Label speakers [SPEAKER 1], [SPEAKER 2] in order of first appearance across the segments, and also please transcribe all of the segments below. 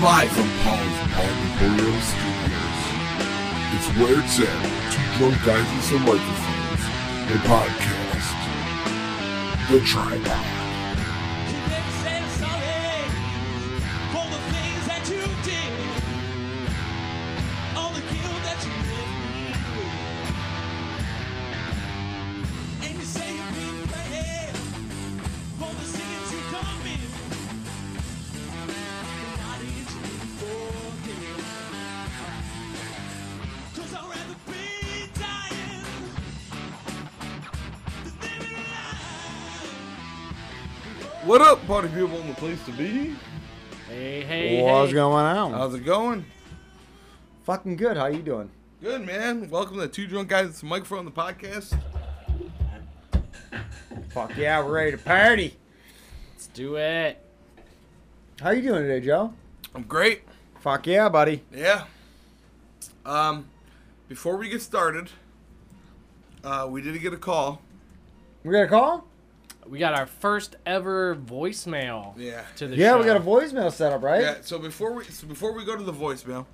[SPEAKER 1] Live from Paul's Auditorium Studios. It's where it's at. Two drunk guys and some microphones. The podcast. The Tripod.
[SPEAKER 2] You never said sorry for the things that you did, all the guilt that you lived, and you say you've been ready for the sins you committed. Why did you forgive? 'Cause I'd rather be dying than living alive.
[SPEAKER 3] What up, party people in the place to be?
[SPEAKER 4] Hey, hey,
[SPEAKER 5] What's
[SPEAKER 4] hey.
[SPEAKER 5] going on?
[SPEAKER 3] How's it going?
[SPEAKER 5] Uh, Fucking good. How you doing?
[SPEAKER 3] Good, man. Welcome to Two Drunk Guys with a Microphone on the podcast.
[SPEAKER 5] Fuck yeah, we're ready to party.
[SPEAKER 4] Let's do it.
[SPEAKER 5] How you doing today, Joe?
[SPEAKER 3] I'm great.
[SPEAKER 5] Fuck yeah, buddy.
[SPEAKER 3] Yeah. Um, before we get started, uh, we did get a call.
[SPEAKER 5] We got a call?
[SPEAKER 4] We got our first ever voicemail.
[SPEAKER 3] Yeah.
[SPEAKER 4] To the
[SPEAKER 5] yeah,
[SPEAKER 4] show.
[SPEAKER 5] we got a voicemail set up, right?
[SPEAKER 3] Yeah. So before we so before we go to the voicemail,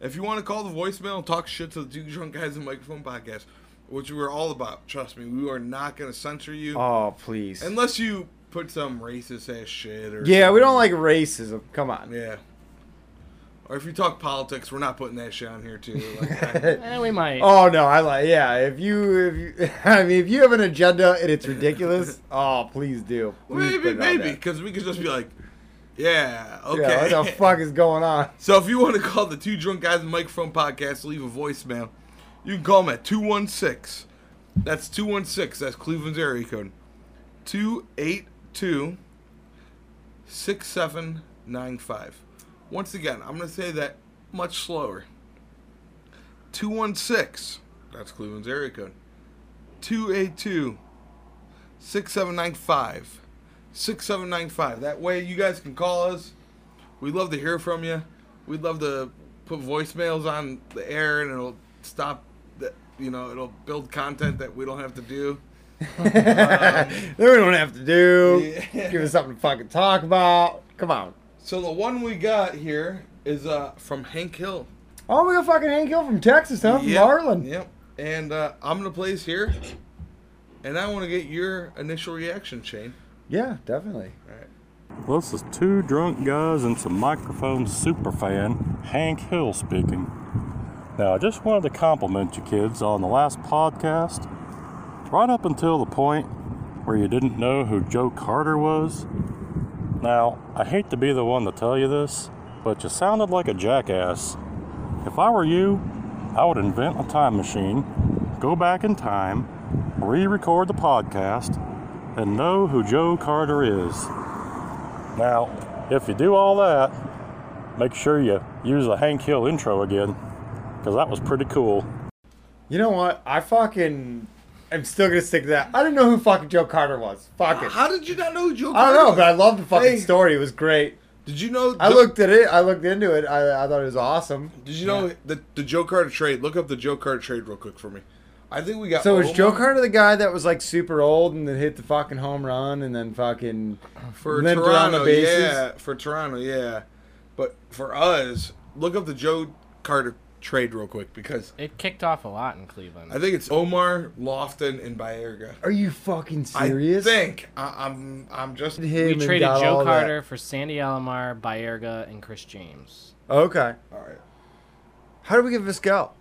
[SPEAKER 3] if you want to call the voicemail and talk shit to the Two Drunk Guys with a Microphone podcast, which we're all about, trust me, we are not going to censor you
[SPEAKER 5] Oh, please.
[SPEAKER 3] unless you put some racist ass shit or
[SPEAKER 5] yeah, we don't like racism. Come on.
[SPEAKER 3] Yeah. Or if you talk politics, we're not putting that shit on here too. Like,
[SPEAKER 4] Eh, we might.
[SPEAKER 5] Oh no, I like yeah. If you, if you, I mean, if you have an agenda and it's ridiculous, oh please do. Please put
[SPEAKER 3] maybe,
[SPEAKER 5] it on
[SPEAKER 3] maybe,
[SPEAKER 5] there.
[SPEAKER 3] because we could just be like, yeah, okay.
[SPEAKER 5] Yeah, what the fuck is going on?
[SPEAKER 3] So if you want to call the Two Drunk Guys and Microphone podcast, leave a voicemail. You can call them at 216. That's 216. That's Cleveland's area code. 282 6795. Once again, I'm going to say that much slower. 216. That's Cleveland's area code. 282 6795. 6795. That way you guys can call us. We'd love to hear from you. We'd love to put voicemails on the air, and it'll stop. The, you know, it'll build content that we don't have to do.
[SPEAKER 5] then we don't have to do.
[SPEAKER 3] Yeah.
[SPEAKER 5] Give us something to fucking talk about. Come on.
[SPEAKER 3] So the one we got here is uh, from Hank Hill.
[SPEAKER 5] Oh, we got fucking Hank Hill from Texas, huh? From
[SPEAKER 3] Yep,
[SPEAKER 5] Marlin.
[SPEAKER 3] Yep. And uh, I'm gonna play this here, and I want to get your initial reaction, Shane.
[SPEAKER 5] Yeah, definitely.
[SPEAKER 3] All right.
[SPEAKER 6] Well, this is two drunk guys and some microphone superfan, Hank Hill speaking. Now, I just wanted to compliment you kids on the last podcast. Right up until the point where you didn't know who Joe Carter was. Now, I hate to be the one to tell you this, but you sounded like a jackass. If I were you, I would invent a time machine, go back in time, re record the podcast, and know who Joe Carter is. Now, if you do all that, make sure you use the Hank Hill intro again, because that was pretty cool.
[SPEAKER 5] You know what? I fucking am still gonna stick to that. I didn't know who fucking Joe Carter was. Fuck it.
[SPEAKER 3] How did you not know who Joe?
[SPEAKER 5] I don't know,
[SPEAKER 3] Carter
[SPEAKER 5] but I
[SPEAKER 3] was?
[SPEAKER 5] love the fucking
[SPEAKER 3] Hey.
[SPEAKER 5] story. It was great.
[SPEAKER 3] Did you know?
[SPEAKER 5] I
[SPEAKER 3] the-
[SPEAKER 5] looked at it. I looked into it. I, I thought it was awesome.
[SPEAKER 3] Did you know the the Joe Carter trade? Look up the Joe Carter trade real quick for me. I think we got.
[SPEAKER 5] So was
[SPEAKER 3] Omar
[SPEAKER 5] Joe Carter the guy that was like super old and then hit the fucking home run and then fucking
[SPEAKER 3] for
[SPEAKER 5] limped around
[SPEAKER 3] Toronto,
[SPEAKER 5] the bases?
[SPEAKER 3] yeah, for Toronto, yeah. But for us, look up the Joe Carter trade real quick because
[SPEAKER 4] It kicked off a lot in Cleveland.
[SPEAKER 3] I think it's Omar Lofton and Baerga.
[SPEAKER 5] Are you fucking serious?
[SPEAKER 3] I think I, I'm. I'm just.
[SPEAKER 5] Him
[SPEAKER 4] we
[SPEAKER 5] and
[SPEAKER 4] traded
[SPEAKER 5] got
[SPEAKER 4] Joe
[SPEAKER 5] all that.
[SPEAKER 4] Carter for Sandy Alomar, Bayerga, and Chris James.
[SPEAKER 5] Okay.
[SPEAKER 3] All right.
[SPEAKER 5] How do we get Viscal?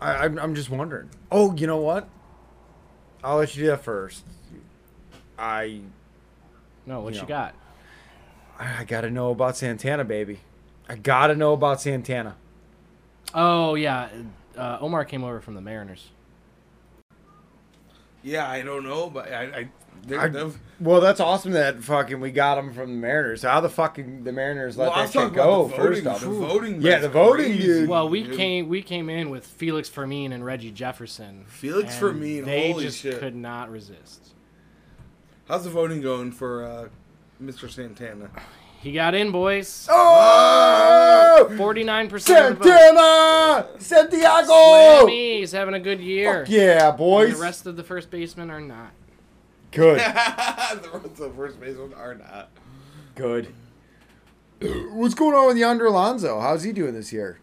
[SPEAKER 5] I, I'm, I'm just wondering. Oh, you know what? I'll let you do that first. I
[SPEAKER 4] No, what
[SPEAKER 5] Yeah.
[SPEAKER 4] you got?
[SPEAKER 5] I gotta know about Santana, baby. I gotta know about Santana.
[SPEAKER 4] Oh yeah, uh, Omar came over from the Mariners.
[SPEAKER 3] Yeah, I don't know, but I. I, they're,
[SPEAKER 5] I-
[SPEAKER 3] they've-
[SPEAKER 5] well, that's awesome that fucking we got him from the Mariners. How the fucking the Mariners let
[SPEAKER 3] Well, I
[SPEAKER 5] that
[SPEAKER 3] was talking
[SPEAKER 5] shit go?
[SPEAKER 3] about the
[SPEAKER 5] First
[SPEAKER 3] voting.
[SPEAKER 5] off,
[SPEAKER 3] the voting
[SPEAKER 5] yeah,
[SPEAKER 3] rate's
[SPEAKER 5] the voting
[SPEAKER 3] crazy.
[SPEAKER 5] dude.
[SPEAKER 4] Well, we
[SPEAKER 3] Dude.
[SPEAKER 4] came we came in with Felix Fermin and Reggie Jefferson.
[SPEAKER 3] Felix
[SPEAKER 4] and
[SPEAKER 3] Fermin,
[SPEAKER 4] They
[SPEAKER 3] holy
[SPEAKER 4] just
[SPEAKER 3] shit.
[SPEAKER 4] could not resist.
[SPEAKER 3] How's the voting going for uh, Mr. Santana?
[SPEAKER 4] He got in, boys.
[SPEAKER 5] oh,
[SPEAKER 4] Forty-nine percent of the vote.
[SPEAKER 5] Santana,
[SPEAKER 4] Slammy,
[SPEAKER 5] Santiago.
[SPEAKER 4] He's having a good year.
[SPEAKER 5] Fuck yeah,
[SPEAKER 4] And
[SPEAKER 5] boys.
[SPEAKER 4] the rest of the first basemen are not.
[SPEAKER 5] Good,
[SPEAKER 3] the rest of the first basemen are not.
[SPEAKER 5] good. What's going on with Yonder Alonso? How's he doing this year?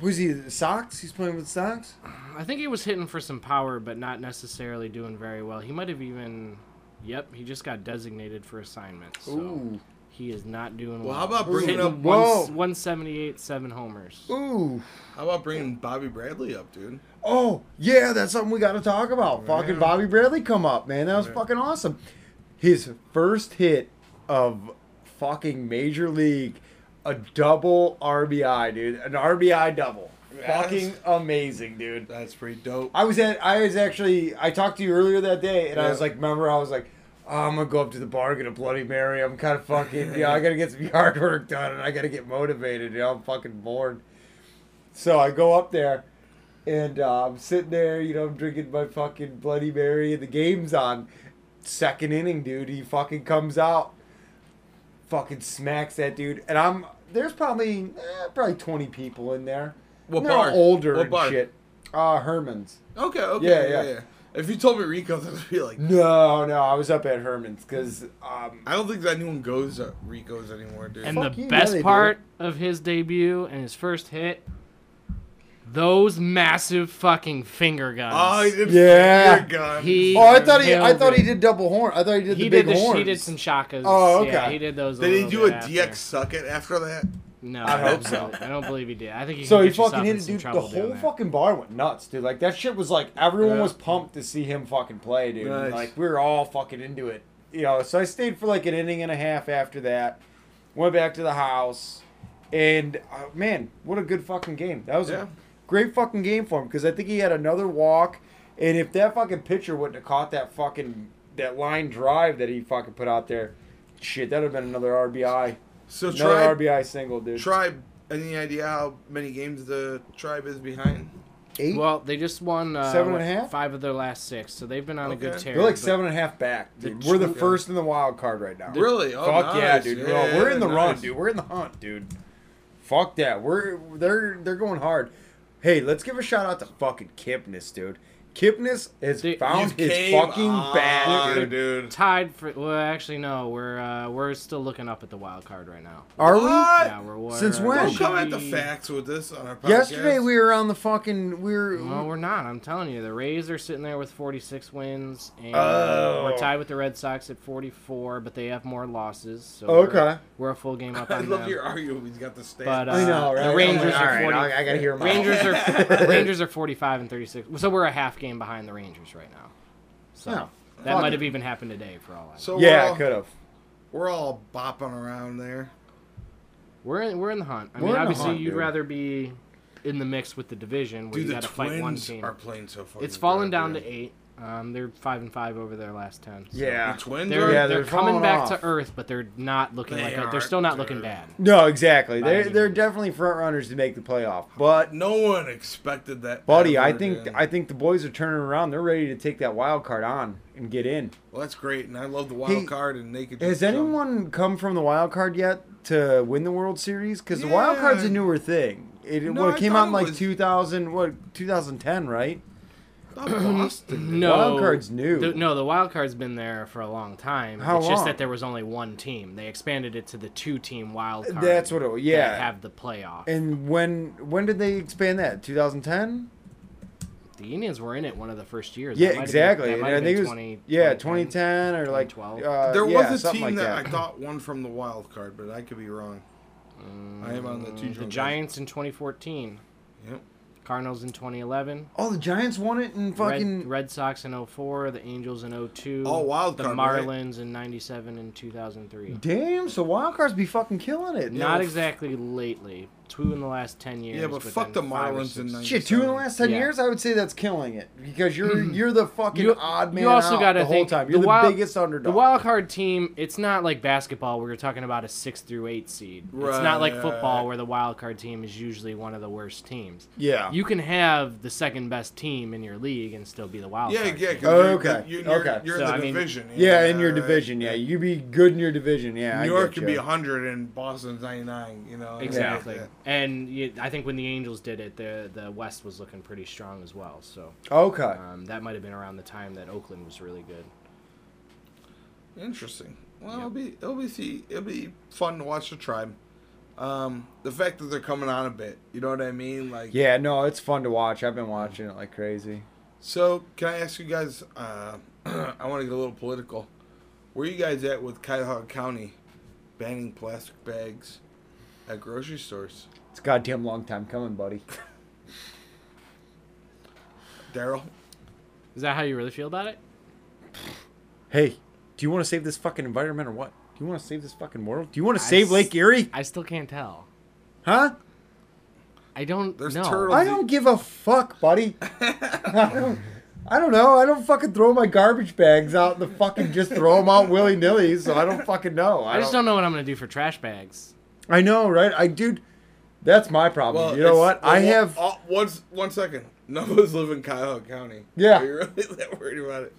[SPEAKER 5] Was he socks? He's playing with socks.
[SPEAKER 4] I think he was hitting for some power, but not necessarily doing very well. He might have even. Yep, he just got designated for assignment. So
[SPEAKER 5] Ooh.
[SPEAKER 4] he is not doing well.
[SPEAKER 3] Well, how about
[SPEAKER 4] He's
[SPEAKER 3] bringing
[SPEAKER 4] hitting
[SPEAKER 3] up
[SPEAKER 5] one- Whoa.
[SPEAKER 4] 178, seven homers.
[SPEAKER 5] Ooh.
[SPEAKER 3] How about bringing Bobby Bradley up, dude?
[SPEAKER 5] Oh, yeah, that's something we got to talk about. Fucking Bobby Bradley come up, man. That was fucking awesome. His first hit of fucking major league, a double RBI, dude. An RBI double.
[SPEAKER 3] Yes.
[SPEAKER 5] Fucking amazing, dude.
[SPEAKER 3] That's pretty dope.
[SPEAKER 5] I was at I was actually I talked to you earlier that day and I
[SPEAKER 3] Yeah.
[SPEAKER 5] was like, remember I was like, "Oh, I'm gonna go up to the bar and get a bloody Mary. I'm kinda fucking you know, I gotta get some yard work done and I gotta get motivated, you know, I'm fucking bored. So I go up there and uh, I'm sitting there, you know, I'm drinking my fucking bloody Mary and the game's on. Second inning, dude, he fucking comes out, fucking smacks that dude, and I'm there's probably eh, probably twenty people in there.
[SPEAKER 3] What
[SPEAKER 5] They're
[SPEAKER 3] bar?
[SPEAKER 5] Older
[SPEAKER 3] What
[SPEAKER 5] and
[SPEAKER 3] bar?
[SPEAKER 5] shit. Uh, Herman's.
[SPEAKER 3] Okay, okay,
[SPEAKER 5] Yeah,
[SPEAKER 3] yeah,
[SPEAKER 5] yeah.
[SPEAKER 3] yeah. If you told me Rico's, I'd be like,
[SPEAKER 5] No, no, I was up at Herman's because um,
[SPEAKER 3] I don't think that anyone goes to Rico's anymore, dude.
[SPEAKER 4] And
[SPEAKER 5] Fuck
[SPEAKER 4] the
[SPEAKER 5] you, yeah,
[SPEAKER 4] best
[SPEAKER 5] they do.
[SPEAKER 4] part of his debut and his first hit, those massive fucking finger guns.
[SPEAKER 3] oh, he did
[SPEAKER 5] Yeah.
[SPEAKER 3] finger gun.
[SPEAKER 4] He-
[SPEAKER 5] oh, I thought he, I
[SPEAKER 4] nailed
[SPEAKER 5] thought he
[SPEAKER 4] it.
[SPEAKER 5] did double horn. I thought he did
[SPEAKER 4] he
[SPEAKER 5] the
[SPEAKER 4] did
[SPEAKER 5] big
[SPEAKER 4] the,
[SPEAKER 5] horns.
[SPEAKER 4] he did some shakas.
[SPEAKER 5] Oh, okay.
[SPEAKER 4] Yeah, he did those. a
[SPEAKER 3] did he
[SPEAKER 4] little
[SPEAKER 3] do a
[SPEAKER 4] bit after.
[SPEAKER 3] DX suck it after that?
[SPEAKER 4] No,
[SPEAKER 5] I hope so.
[SPEAKER 4] don't- I don't believe he did. I think he.
[SPEAKER 5] So
[SPEAKER 4] can
[SPEAKER 5] he
[SPEAKER 4] get yourself
[SPEAKER 5] fucking
[SPEAKER 4] in
[SPEAKER 5] hit it,
[SPEAKER 4] some
[SPEAKER 5] dude. The
[SPEAKER 4] trouble doing
[SPEAKER 5] whole
[SPEAKER 4] that.
[SPEAKER 5] fucking bar went nuts, dude. Like that shit was like everyone
[SPEAKER 3] Yeah.
[SPEAKER 5] was pumped to see him fucking play, dude. And,
[SPEAKER 3] Nice.
[SPEAKER 5] Like we were all fucking into it, you know. So I stayed for like an inning and a half after that. Went back to the house, and uh, man, what a good fucking game. That was
[SPEAKER 3] Yeah.
[SPEAKER 5] a great fucking game for him because I think he had another walk, and if that fucking pitcher wouldn't have caught that fucking that line drive that he fucking put out there, shit, that'd have been another RBI,
[SPEAKER 3] So
[SPEAKER 5] another
[SPEAKER 3] try
[SPEAKER 5] RBI single, dude.
[SPEAKER 3] Tribe, any idea how many games the Tribe is behind?
[SPEAKER 5] Eight.
[SPEAKER 4] Well, they just won uh,
[SPEAKER 5] Seven and
[SPEAKER 4] what,
[SPEAKER 5] a half?
[SPEAKER 4] five of their last six, so they've been on a good
[SPEAKER 3] Okay.
[SPEAKER 4] tear.
[SPEAKER 5] They're like
[SPEAKER 4] but
[SPEAKER 5] seven and a half back, dude.
[SPEAKER 4] The
[SPEAKER 5] We're the
[SPEAKER 4] tr-
[SPEAKER 5] first in the wild card right now.
[SPEAKER 3] Really? Oh,
[SPEAKER 5] Fuck yeah,
[SPEAKER 3] nice.
[SPEAKER 5] dude.
[SPEAKER 3] Yeah,
[SPEAKER 5] We're- We're in the run,
[SPEAKER 3] nice.
[SPEAKER 5] dude. We're in the hunt, dude. Fuck that. We're they're they're going hard. Hey, let's give a shout out to fucking Kipnis, dude. Kipnis has
[SPEAKER 4] Dude,
[SPEAKER 5] found
[SPEAKER 3] You
[SPEAKER 5] his
[SPEAKER 3] came
[SPEAKER 5] Oh, fucking
[SPEAKER 3] on,
[SPEAKER 5] bat, dude.
[SPEAKER 3] dude.
[SPEAKER 4] Tied for well, actually no, we're uh, we're still looking up at the wild card right now.
[SPEAKER 5] Are we?
[SPEAKER 3] What?
[SPEAKER 4] Yeah, we're, we're
[SPEAKER 5] Since when?
[SPEAKER 3] Don't
[SPEAKER 5] Should
[SPEAKER 3] come at the
[SPEAKER 4] we-
[SPEAKER 3] facts with this on our podcast.
[SPEAKER 5] Yesterday we were on the fucking we were
[SPEAKER 4] No, we're not. I'm telling you, the Rays are sitting there with 46 wins, and
[SPEAKER 5] Oh.
[SPEAKER 4] we're tied with the Red Sox at 44, but they have more losses. So
[SPEAKER 5] Okay.
[SPEAKER 4] we're, we're a full game up
[SPEAKER 3] I
[SPEAKER 4] on
[SPEAKER 3] love
[SPEAKER 4] them.
[SPEAKER 3] your argument. He's got the state.
[SPEAKER 4] But, uh,
[SPEAKER 5] I know, right?
[SPEAKER 4] the Rangers
[SPEAKER 5] All
[SPEAKER 4] are
[SPEAKER 5] right,
[SPEAKER 4] 40
[SPEAKER 5] I, I gotta hear him out.
[SPEAKER 4] Rangers are Rangers are 45 and 36, so we're a half game behind the Rangers right now. So
[SPEAKER 5] Yeah.
[SPEAKER 4] that
[SPEAKER 5] Fuck
[SPEAKER 4] might
[SPEAKER 5] it.
[SPEAKER 4] have even happened today for all I know.
[SPEAKER 3] so
[SPEAKER 5] Yeah,
[SPEAKER 3] we're
[SPEAKER 5] could
[SPEAKER 3] all,
[SPEAKER 5] have.
[SPEAKER 3] we're all bopping around there.
[SPEAKER 4] We're in, we're in the hunt. I
[SPEAKER 5] We're in
[SPEAKER 4] mean,
[SPEAKER 5] the
[SPEAKER 4] obviously,
[SPEAKER 5] hunt,
[SPEAKER 4] you'd
[SPEAKER 5] dude.
[SPEAKER 4] rather be in the mix with the division where
[SPEAKER 3] Dude,
[SPEAKER 4] you
[SPEAKER 3] the
[SPEAKER 4] got to fight one
[SPEAKER 3] Twins
[SPEAKER 4] team.
[SPEAKER 3] are playing so far.
[SPEAKER 4] It's fallen down to eight. Um, they're five and five over their last ten. so-
[SPEAKER 3] The
[SPEAKER 5] Yeah.
[SPEAKER 3] Twins
[SPEAKER 4] They're,
[SPEAKER 3] are.
[SPEAKER 5] Yeah,
[SPEAKER 4] they're,
[SPEAKER 5] they're
[SPEAKER 4] coming
[SPEAKER 5] falling
[SPEAKER 4] back
[SPEAKER 5] off.
[SPEAKER 4] to earth, but they're not looking
[SPEAKER 3] They
[SPEAKER 4] like it. They're
[SPEAKER 3] aren't,
[SPEAKER 4] still not
[SPEAKER 3] dude.
[SPEAKER 4] looking bad.
[SPEAKER 5] No, exactly. They're
[SPEAKER 4] Bye.
[SPEAKER 5] they're definitely front runners to make the playoff. But
[SPEAKER 3] No one expected that.
[SPEAKER 5] Buddy,
[SPEAKER 3] ever,
[SPEAKER 5] I think
[SPEAKER 3] dude.
[SPEAKER 5] I think the boys are turning around. They're ready to take that wild card on and get in.
[SPEAKER 3] Well, that's great, and I love the wild
[SPEAKER 5] Hey,
[SPEAKER 3] card, and they could.
[SPEAKER 5] Has
[SPEAKER 3] just jump.
[SPEAKER 5] anyone come from the wild card yet to win the World Series? Because the wild
[SPEAKER 3] Yeah.
[SPEAKER 5] card's a newer thing. It,
[SPEAKER 3] No,
[SPEAKER 5] well, it
[SPEAKER 3] I
[SPEAKER 5] came
[SPEAKER 3] thought
[SPEAKER 5] out in
[SPEAKER 3] it
[SPEAKER 5] like
[SPEAKER 3] was-
[SPEAKER 5] 2000, what 2010, right?
[SPEAKER 3] Not Boston. dude.
[SPEAKER 4] No,
[SPEAKER 5] Wild card's new.
[SPEAKER 4] The- no, the wild card's been there for a long time.
[SPEAKER 5] How
[SPEAKER 4] it's just
[SPEAKER 5] long?
[SPEAKER 4] that there was only one team. They expanded it to the two-team wild card.
[SPEAKER 5] That's what it was, yeah.
[SPEAKER 4] that have the playoff.
[SPEAKER 5] And when when did they expand that? 2010?
[SPEAKER 4] the Indians were in it one of the first years.
[SPEAKER 5] Yeah,
[SPEAKER 4] That might have been-
[SPEAKER 5] exactly.
[SPEAKER 4] that
[SPEAKER 5] And
[SPEAKER 4] might
[SPEAKER 5] I
[SPEAKER 4] have
[SPEAKER 5] think it
[SPEAKER 4] been
[SPEAKER 5] was
[SPEAKER 4] 20
[SPEAKER 5] yeah 2010 or like
[SPEAKER 4] 2012.
[SPEAKER 5] Uh,
[SPEAKER 3] There
[SPEAKER 5] yeah,
[SPEAKER 3] was a
[SPEAKER 5] something
[SPEAKER 3] team
[SPEAKER 5] like
[SPEAKER 3] that,
[SPEAKER 5] that,
[SPEAKER 3] I thought won from the wild card, but I could be wrong. I am on the two.
[SPEAKER 4] Mm, The
[SPEAKER 3] drunk
[SPEAKER 4] Giants in 2014,
[SPEAKER 3] guys. Yep.
[SPEAKER 4] Cardinals in 2011,
[SPEAKER 5] Oh, the Giants won it in fucking.
[SPEAKER 4] Red, Red Sox in 04, the Angels in 02,
[SPEAKER 3] All wild
[SPEAKER 4] the
[SPEAKER 3] card, right?
[SPEAKER 4] Marlins in 97 and 2003.
[SPEAKER 5] Damn, so wild cards be fucking killing it.
[SPEAKER 4] Not
[SPEAKER 3] Yeah,
[SPEAKER 4] exactly lately. Two in the last 10 years.
[SPEAKER 3] Yeah, but fuck the
[SPEAKER 4] then five or
[SPEAKER 3] Marlins in
[SPEAKER 4] six-
[SPEAKER 3] 90.
[SPEAKER 5] Shit, two in the last ten
[SPEAKER 4] Yeah.
[SPEAKER 5] years, I would say that's killing it because you're you're the fucking
[SPEAKER 4] Mm-hmm. You-
[SPEAKER 5] odd man
[SPEAKER 4] you also
[SPEAKER 5] out
[SPEAKER 4] gotta
[SPEAKER 5] the whole
[SPEAKER 4] think
[SPEAKER 5] time. You're the,
[SPEAKER 4] wild-
[SPEAKER 5] biggest underdog.
[SPEAKER 4] The wild card team, it's not like basketball where you're talking about a six through eight seed. It's not like
[SPEAKER 3] Right.
[SPEAKER 4] football where the wild card team is usually one of the worst teams.
[SPEAKER 5] yeah,
[SPEAKER 4] You can have the second best team in your league and still be the wild
[SPEAKER 3] Yeah,
[SPEAKER 4] card.
[SPEAKER 3] yeah.
[SPEAKER 4] team.
[SPEAKER 3] 'cause you're-
[SPEAKER 5] Okay,
[SPEAKER 3] You're, you're,
[SPEAKER 5] okay.
[SPEAKER 3] You're
[SPEAKER 4] So,
[SPEAKER 3] in the
[SPEAKER 4] I mean-
[SPEAKER 3] division.
[SPEAKER 5] yeah, in your
[SPEAKER 3] right.
[SPEAKER 5] division, yeah, you be good in your division, yeah.
[SPEAKER 3] New
[SPEAKER 5] I
[SPEAKER 3] York
[SPEAKER 5] get
[SPEAKER 3] could be
[SPEAKER 5] ya.
[SPEAKER 3] 100 and Boston's 99. You know.
[SPEAKER 4] Exactly.
[SPEAKER 3] Yeah.
[SPEAKER 4] And you, I think when the Angels did it, the the West was looking pretty strong as well. So
[SPEAKER 5] Okay,
[SPEAKER 4] um, that might have been around the time that Oakland was really good.
[SPEAKER 3] Interesting. Well, it'll be it'll be see it'll be fun to watch the tribe. Um, the fact that they're coming on a bit, you know what I mean? Like,
[SPEAKER 5] Yeah, no, it's fun to watch. I've been watching it like crazy.
[SPEAKER 3] So, can I ask you guys? Uh, I want to get a little political. Where you guys at with Cuyahoga County banning plastic bags at grocery stores?
[SPEAKER 5] It's a goddamn long time coming, buddy.
[SPEAKER 3] Daryl,
[SPEAKER 4] Is that how you really feel about it?
[SPEAKER 5] Hey, do you want to save this fucking environment or what? Do you want to save this fucking world? Do you want to
[SPEAKER 4] I
[SPEAKER 5] save
[SPEAKER 4] s-
[SPEAKER 5] Lake Erie?
[SPEAKER 4] I still can't tell.
[SPEAKER 5] Huh?
[SPEAKER 4] I don't
[SPEAKER 3] There's
[SPEAKER 4] know.
[SPEAKER 3] turtles.
[SPEAKER 5] I don't give a fuck, buddy. I don't, I don't know. I don't fucking throw my garbage bags out in the fucking just throw them out willy nilly. So I don't fucking know. I,
[SPEAKER 4] I just
[SPEAKER 5] don't,
[SPEAKER 4] don't know what I'm gonna do for trash bags.
[SPEAKER 5] I know, right? I dude, that's my problem. you know
[SPEAKER 3] it's-
[SPEAKER 5] what? I
[SPEAKER 3] well,
[SPEAKER 5] have.
[SPEAKER 3] oh, one s- one second. None of us live in Cuyahoga County.
[SPEAKER 5] Yeah.
[SPEAKER 3] Are you really that worried about it?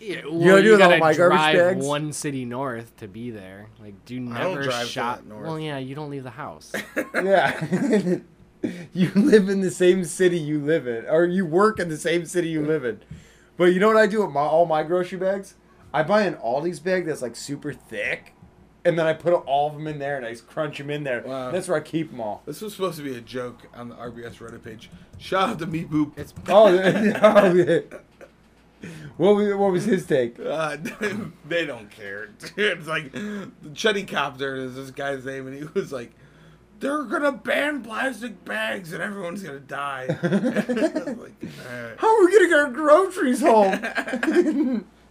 [SPEAKER 4] Yeah, well,
[SPEAKER 5] know what I do with all
[SPEAKER 4] gotta
[SPEAKER 5] my garbage
[SPEAKER 4] drive
[SPEAKER 5] bags?
[SPEAKER 4] One city north to be there. Like, do never
[SPEAKER 3] I don't drive to
[SPEAKER 4] shop.
[SPEAKER 3] that north.
[SPEAKER 4] Well, yeah, you don't leave the house.
[SPEAKER 5] yeah. you live in the same city you live in, or you work in the same city you live in. But you know what I do with my, all my grocery bags? I buy an Aldi's bag that's like super thick, and then I put all of them in there and I crunch them in there.
[SPEAKER 3] Wow.
[SPEAKER 5] That's where I keep them all.
[SPEAKER 3] This was supposed to be a joke on the RBS Reddit page. Shout out to Me Boop.
[SPEAKER 4] It's
[SPEAKER 5] Oh, yeah. Oh, yeah. what was, what was his take?
[SPEAKER 3] Uh, they don't care. It's like the Chetty Copter is this guy's name, and he was like, "They're gonna ban plastic bags, and everyone's gonna die." like, alright.
[SPEAKER 5] How are we getting our groceries home?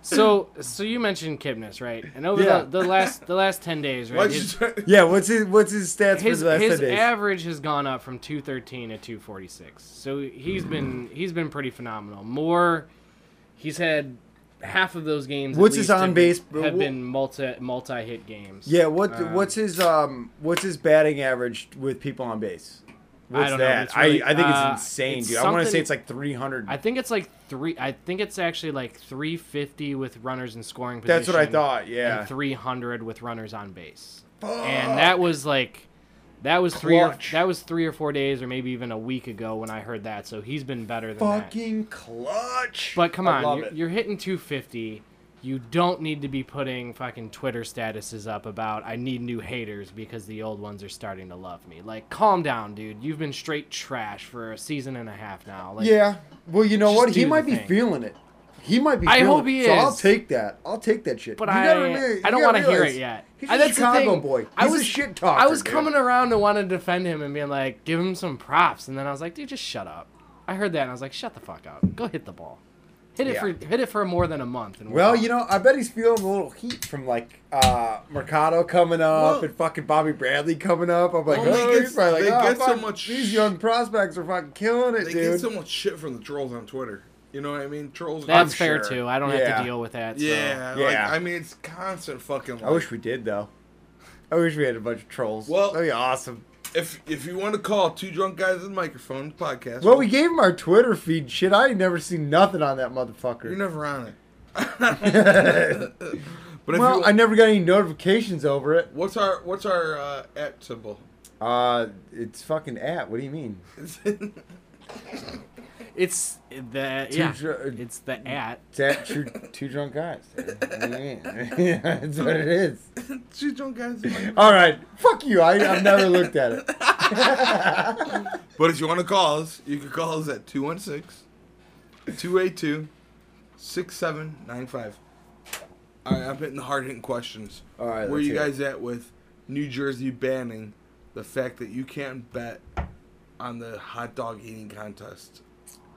[SPEAKER 4] so. So you mentioned Kipnis, right? And over
[SPEAKER 5] Yeah.
[SPEAKER 4] the, the last the last ten days, right?
[SPEAKER 3] Why'd you
[SPEAKER 4] his-
[SPEAKER 3] try-
[SPEAKER 5] yeah, what's his what's his stats
[SPEAKER 4] his
[SPEAKER 5] for the last
[SPEAKER 4] his
[SPEAKER 5] 10 days?
[SPEAKER 4] average has gone up from 213 to 246 so he's been he's been pretty phenomenal more he's had half of those games at
[SPEAKER 5] What's his
[SPEAKER 4] least have-
[SPEAKER 5] on-base-
[SPEAKER 4] have been multi multi hit games
[SPEAKER 5] yeah, what
[SPEAKER 4] Um,
[SPEAKER 5] what's his um what's his batting average with people on base? What's
[SPEAKER 4] I don't know,
[SPEAKER 5] that?
[SPEAKER 4] it's really-
[SPEAKER 5] I, I think
[SPEAKER 4] uh,
[SPEAKER 5] it's insane,
[SPEAKER 4] it's
[SPEAKER 5] dude. I want to say
[SPEAKER 4] something-
[SPEAKER 5] it's like 300.
[SPEAKER 4] i think it's like three i think it's actually like 350 with runners in scoring position
[SPEAKER 5] That's what I thought. Yeah.
[SPEAKER 4] and 300 with runners on base and that was like that was three or,
[SPEAKER 5] Clutch.
[SPEAKER 4] that was three or four days or maybe even a week ago when i heard that so he's been better than that.
[SPEAKER 5] Fucking clutch.
[SPEAKER 4] But come
[SPEAKER 5] I
[SPEAKER 4] on,
[SPEAKER 5] love
[SPEAKER 4] you're,
[SPEAKER 5] it.
[SPEAKER 4] you're hitting 250. You don't need to be putting fucking Twitter statuses up about I need new haters because the old ones are starting to love me. Like, calm down, dude. You've been straight trash for a season and a half now. Like,
[SPEAKER 5] yeah. Well, you know
[SPEAKER 4] Just
[SPEAKER 5] what? He
[SPEAKER 4] do
[SPEAKER 5] might
[SPEAKER 4] the
[SPEAKER 5] be
[SPEAKER 4] thing.
[SPEAKER 5] feeling it. He might be.
[SPEAKER 4] I
[SPEAKER 5] feeling
[SPEAKER 4] hope
[SPEAKER 5] it.
[SPEAKER 4] he
[SPEAKER 5] So I'll
[SPEAKER 4] is.
[SPEAKER 5] take that. I'll take that shit.
[SPEAKER 4] But
[SPEAKER 5] You
[SPEAKER 4] I,
[SPEAKER 5] gotta remember-
[SPEAKER 4] I
[SPEAKER 5] you
[SPEAKER 4] don't
[SPEAKER 5] gotta
[SPEAKER 4] want to hear
[SPEAKER 5] realize,
[SPEAKER 4] it yet.
[SPEAKER 5] He's
[SPEAKER 4] I,
[SPEAKER 5] a
[SPEAKER 4] that's the
[SPEAKER 5] Chicago
[SPEAKER 4] thing.
[SPEAKER 5] boy. He's
[SPEAKER 4] I was
[SPEAKER 5] a shit talker.
[SPEAKER 4] I was
[SPEAKER 5] dude.
[SPEAKER 4] coming around to wanting to defend him and being like, give him some props, and then I was like, dude, just shut up. I heard that and I was like, shut the fuck up. Go hit the ball. Hit it
[SPEAKER 5] Yeah.
[SPEAKER 4] for hit it for more than a month. And we're
[SPEAKER 5] Well,
[SPEAKER 4] done."
[SPEAKER 5] you know, I bet he's feeling a little heat from like uh Mercado coming up
[SPEAKER 3] Well-
[SPEAKER 5] and fucking Bobby Bradley coming up. I'm like,
[SPEAKER 3] Well, they
[SPEAKER 5] oh,
[SPEAKER 3] get-
[SPEAKER 5] he's probably like,
[SPEAKER 3] they
[SPEAKER 5] oh,
[SPEAKER 3] get so
[SPEAKER 5] fuck,
[SPEAKER 3] much-
[SPEAKER 5] These young prospects are fucking killing it,
[SPEAKER 3] They
[SPEAKER 5] dude.
[SPEAKER 3] get so much shit from the trolls on Twitter. You know what I mean? Trolls.
[SPEAKER 4] that's
[SPEAKER 5] I'm
[SPEAKER 4] fair
[SPEAKER 5] sure.
[SPEAKER 4] too. I don't have
[SPEAKER 5] Yeah.
[SPEAKER 4] to deal with that. So.
[SPEAKER 3] yeah,
[SPEAKER 5] so-
[SPEAKER 3] like,
[SPEAKER 5] Yeah.
[SPEAKER 3] I mean, it's constant fucking. Like,
[SPEAKER 5] I wish we did though. I wish we had a bunch of trolls.
[SPEAKER 3] Well-
[SPEAKER 5] that'd be awesome.
[SPEAKER 3] if if you want to call two drunk guys in the microphone podcast.
[SPEAKER 5] Well, we gave him our Twitter feed. Shit, I ain't never seen nothing on that
[SPEAKER 3] you're
[SPEAKER 5] motherfucker.
[SPEAKER 3] never on it. but if
[SPEAKER 5] Well,
[SPEAKER 3] you,
[SPEAKER 5] I never got any notifications over it.
[SPEAKER 3] what's our what's our uh, at symbol?
[SPEAKER 5] Uh, it's fucking at. What do you mean?
[SPEAKER 4] It's the yeah.
[SPEAKER 5] dr-
[SPEAKER 4] it's the at.
[SPEAKER 5] It's at two, two drunk guys. What do you mean? That's what it is.
[SPEAKER 3] two drunk guys. In the microphone.
[SPEAKER 5] All right, fuck you. I, I've never looked at it.
[SPEAKER 3] But if you want to call us, you can call us at 216 282 6795. All right, I'm hitting the hard hitting questions.
[SPEAKER 5] All right,
[SPEAKER 3] Where
[SPEAKER 5] let's
[SPEAKER 3] you
[SPEAKER 5] hear it.
[SPEAKER 3] guys at with New Jersey banning the fact that you can't bet on the hot dog eating contest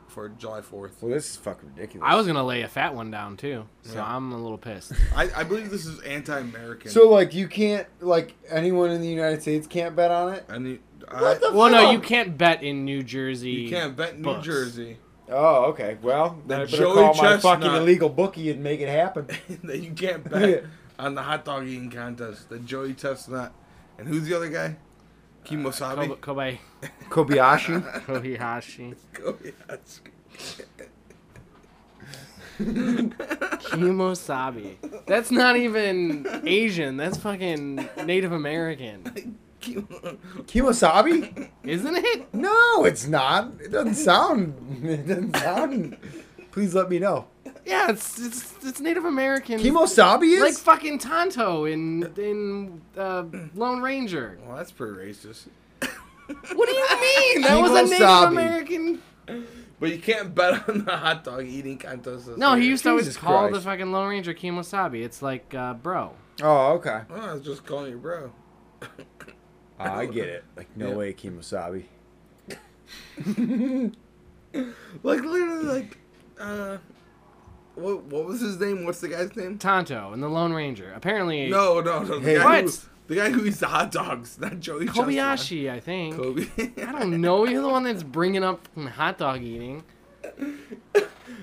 [SPEAKER 3] for July 4th?
[SPEAKER 5] Well, this is fucking ridiculous.
[SPEAKER 4] I was gonna lay a fat one down too, so
[SPEAKER 3] Yeah.
[SPEAKER 4] I'm a little pissed.
[SPEAKER 3] I, I believe this is anti American.
[SPEAKER 5] so like you can't like anyone in the United States can't bet on it.
[SPEAKER 3] I need.
[SPEAKER 5] What the
[SPEAKER 4] well, no,
[SPEAKER 5] fuck?
[SPEAKER 4] you can't bet in New Jersey.
[SPEAKER 3] You can't bet in New
[SPEAKER 4] Bucks.
[SPEAKER 3] Jersey
[SPEAKER 5] Oh, okay. Well, then
[SPEAKER 3] That
[SPEAKER 5] I better
[SPEAKER 3] Joey
[SPEAKER 5] call
[SPEAKER 3] Chestnut-
[SPEAKER 5] my fucking illegal bookie and make it happen.
[SPEAKER 3] that you can't bet on the hot dog eating contest that Joey Chestnut and who's the other guy?
[SPEAKER 4] Uh,
[SPEAKER 3] Kimosabe.
[SPEAKER 4] Kob- Kobe,
[SPEAKER 5] Kobayashi.
[SPEAKER 4] Kohihashi,
[SPEAKER 3] Oh, Kobayashi.
[SPEAKER 4] Kimosabe. That's not even Asian. That's fucking Native American,
[SPEAKER 5] Kimasabi?
[SPEAKER 4] isn't it?
[SPEAKER 5] No, it's not. It doesn't sound. It doesn't sound. Please let me know.
[SPEAKER 4] Yeah, it's it's, it's Native American.
[SPEAKER 5] Kemosabe is?
[SPEAKER 4] like fucking Tonto in in uh, Lone Ranger.
[SPEAKER 3] Well, that's pretty racist.
[SPEAKER 4] What do you mean? That was a Native
[SPEAKER 5] Kemosabe.
[SPEAKER 4] American.
[SPEAKER 3] But you can't bet on the hot dog eating contest. this
[SPEAKER 4] No,
[SPEAKER 3] year.
[SPEAKER 4] he used to always
[SPEAKER 5] Jesus
[SPEAKER 4] call the
[SPEAKER 5] Christ.
[SPEAKER 4] fucking Lone Ranger Kemosabe. It's like, uh, bro.
[SPEAKER 5] oh, okay. Ah,
[SPEAKER 3] Oh, I was just calling you bro.
[SPEAKER 5] I get it. Like, no way, Kemosabe.
[SPEAKER 3] Like literally, like, uh, what what was his name? What's the guy's name?
[SPEAKER 4] Tonto and the Lone Ranger. Apparently,
[SPEAKER 3] No, no, no. The
[SPEAKER 5] Hey.
[SPEAKER 3] guy Who,
[SPEAKER 4] What?
[SPEAKER 3] the guy who eats the hot dogs, not Joey. Chestnut.
[SPEAKER 4] Kobayashi, I think.
[SPEAKER 3] Kobe.
[SPEAKER 4] I don't know. You're the one that's bringing up fucking hot dog eating.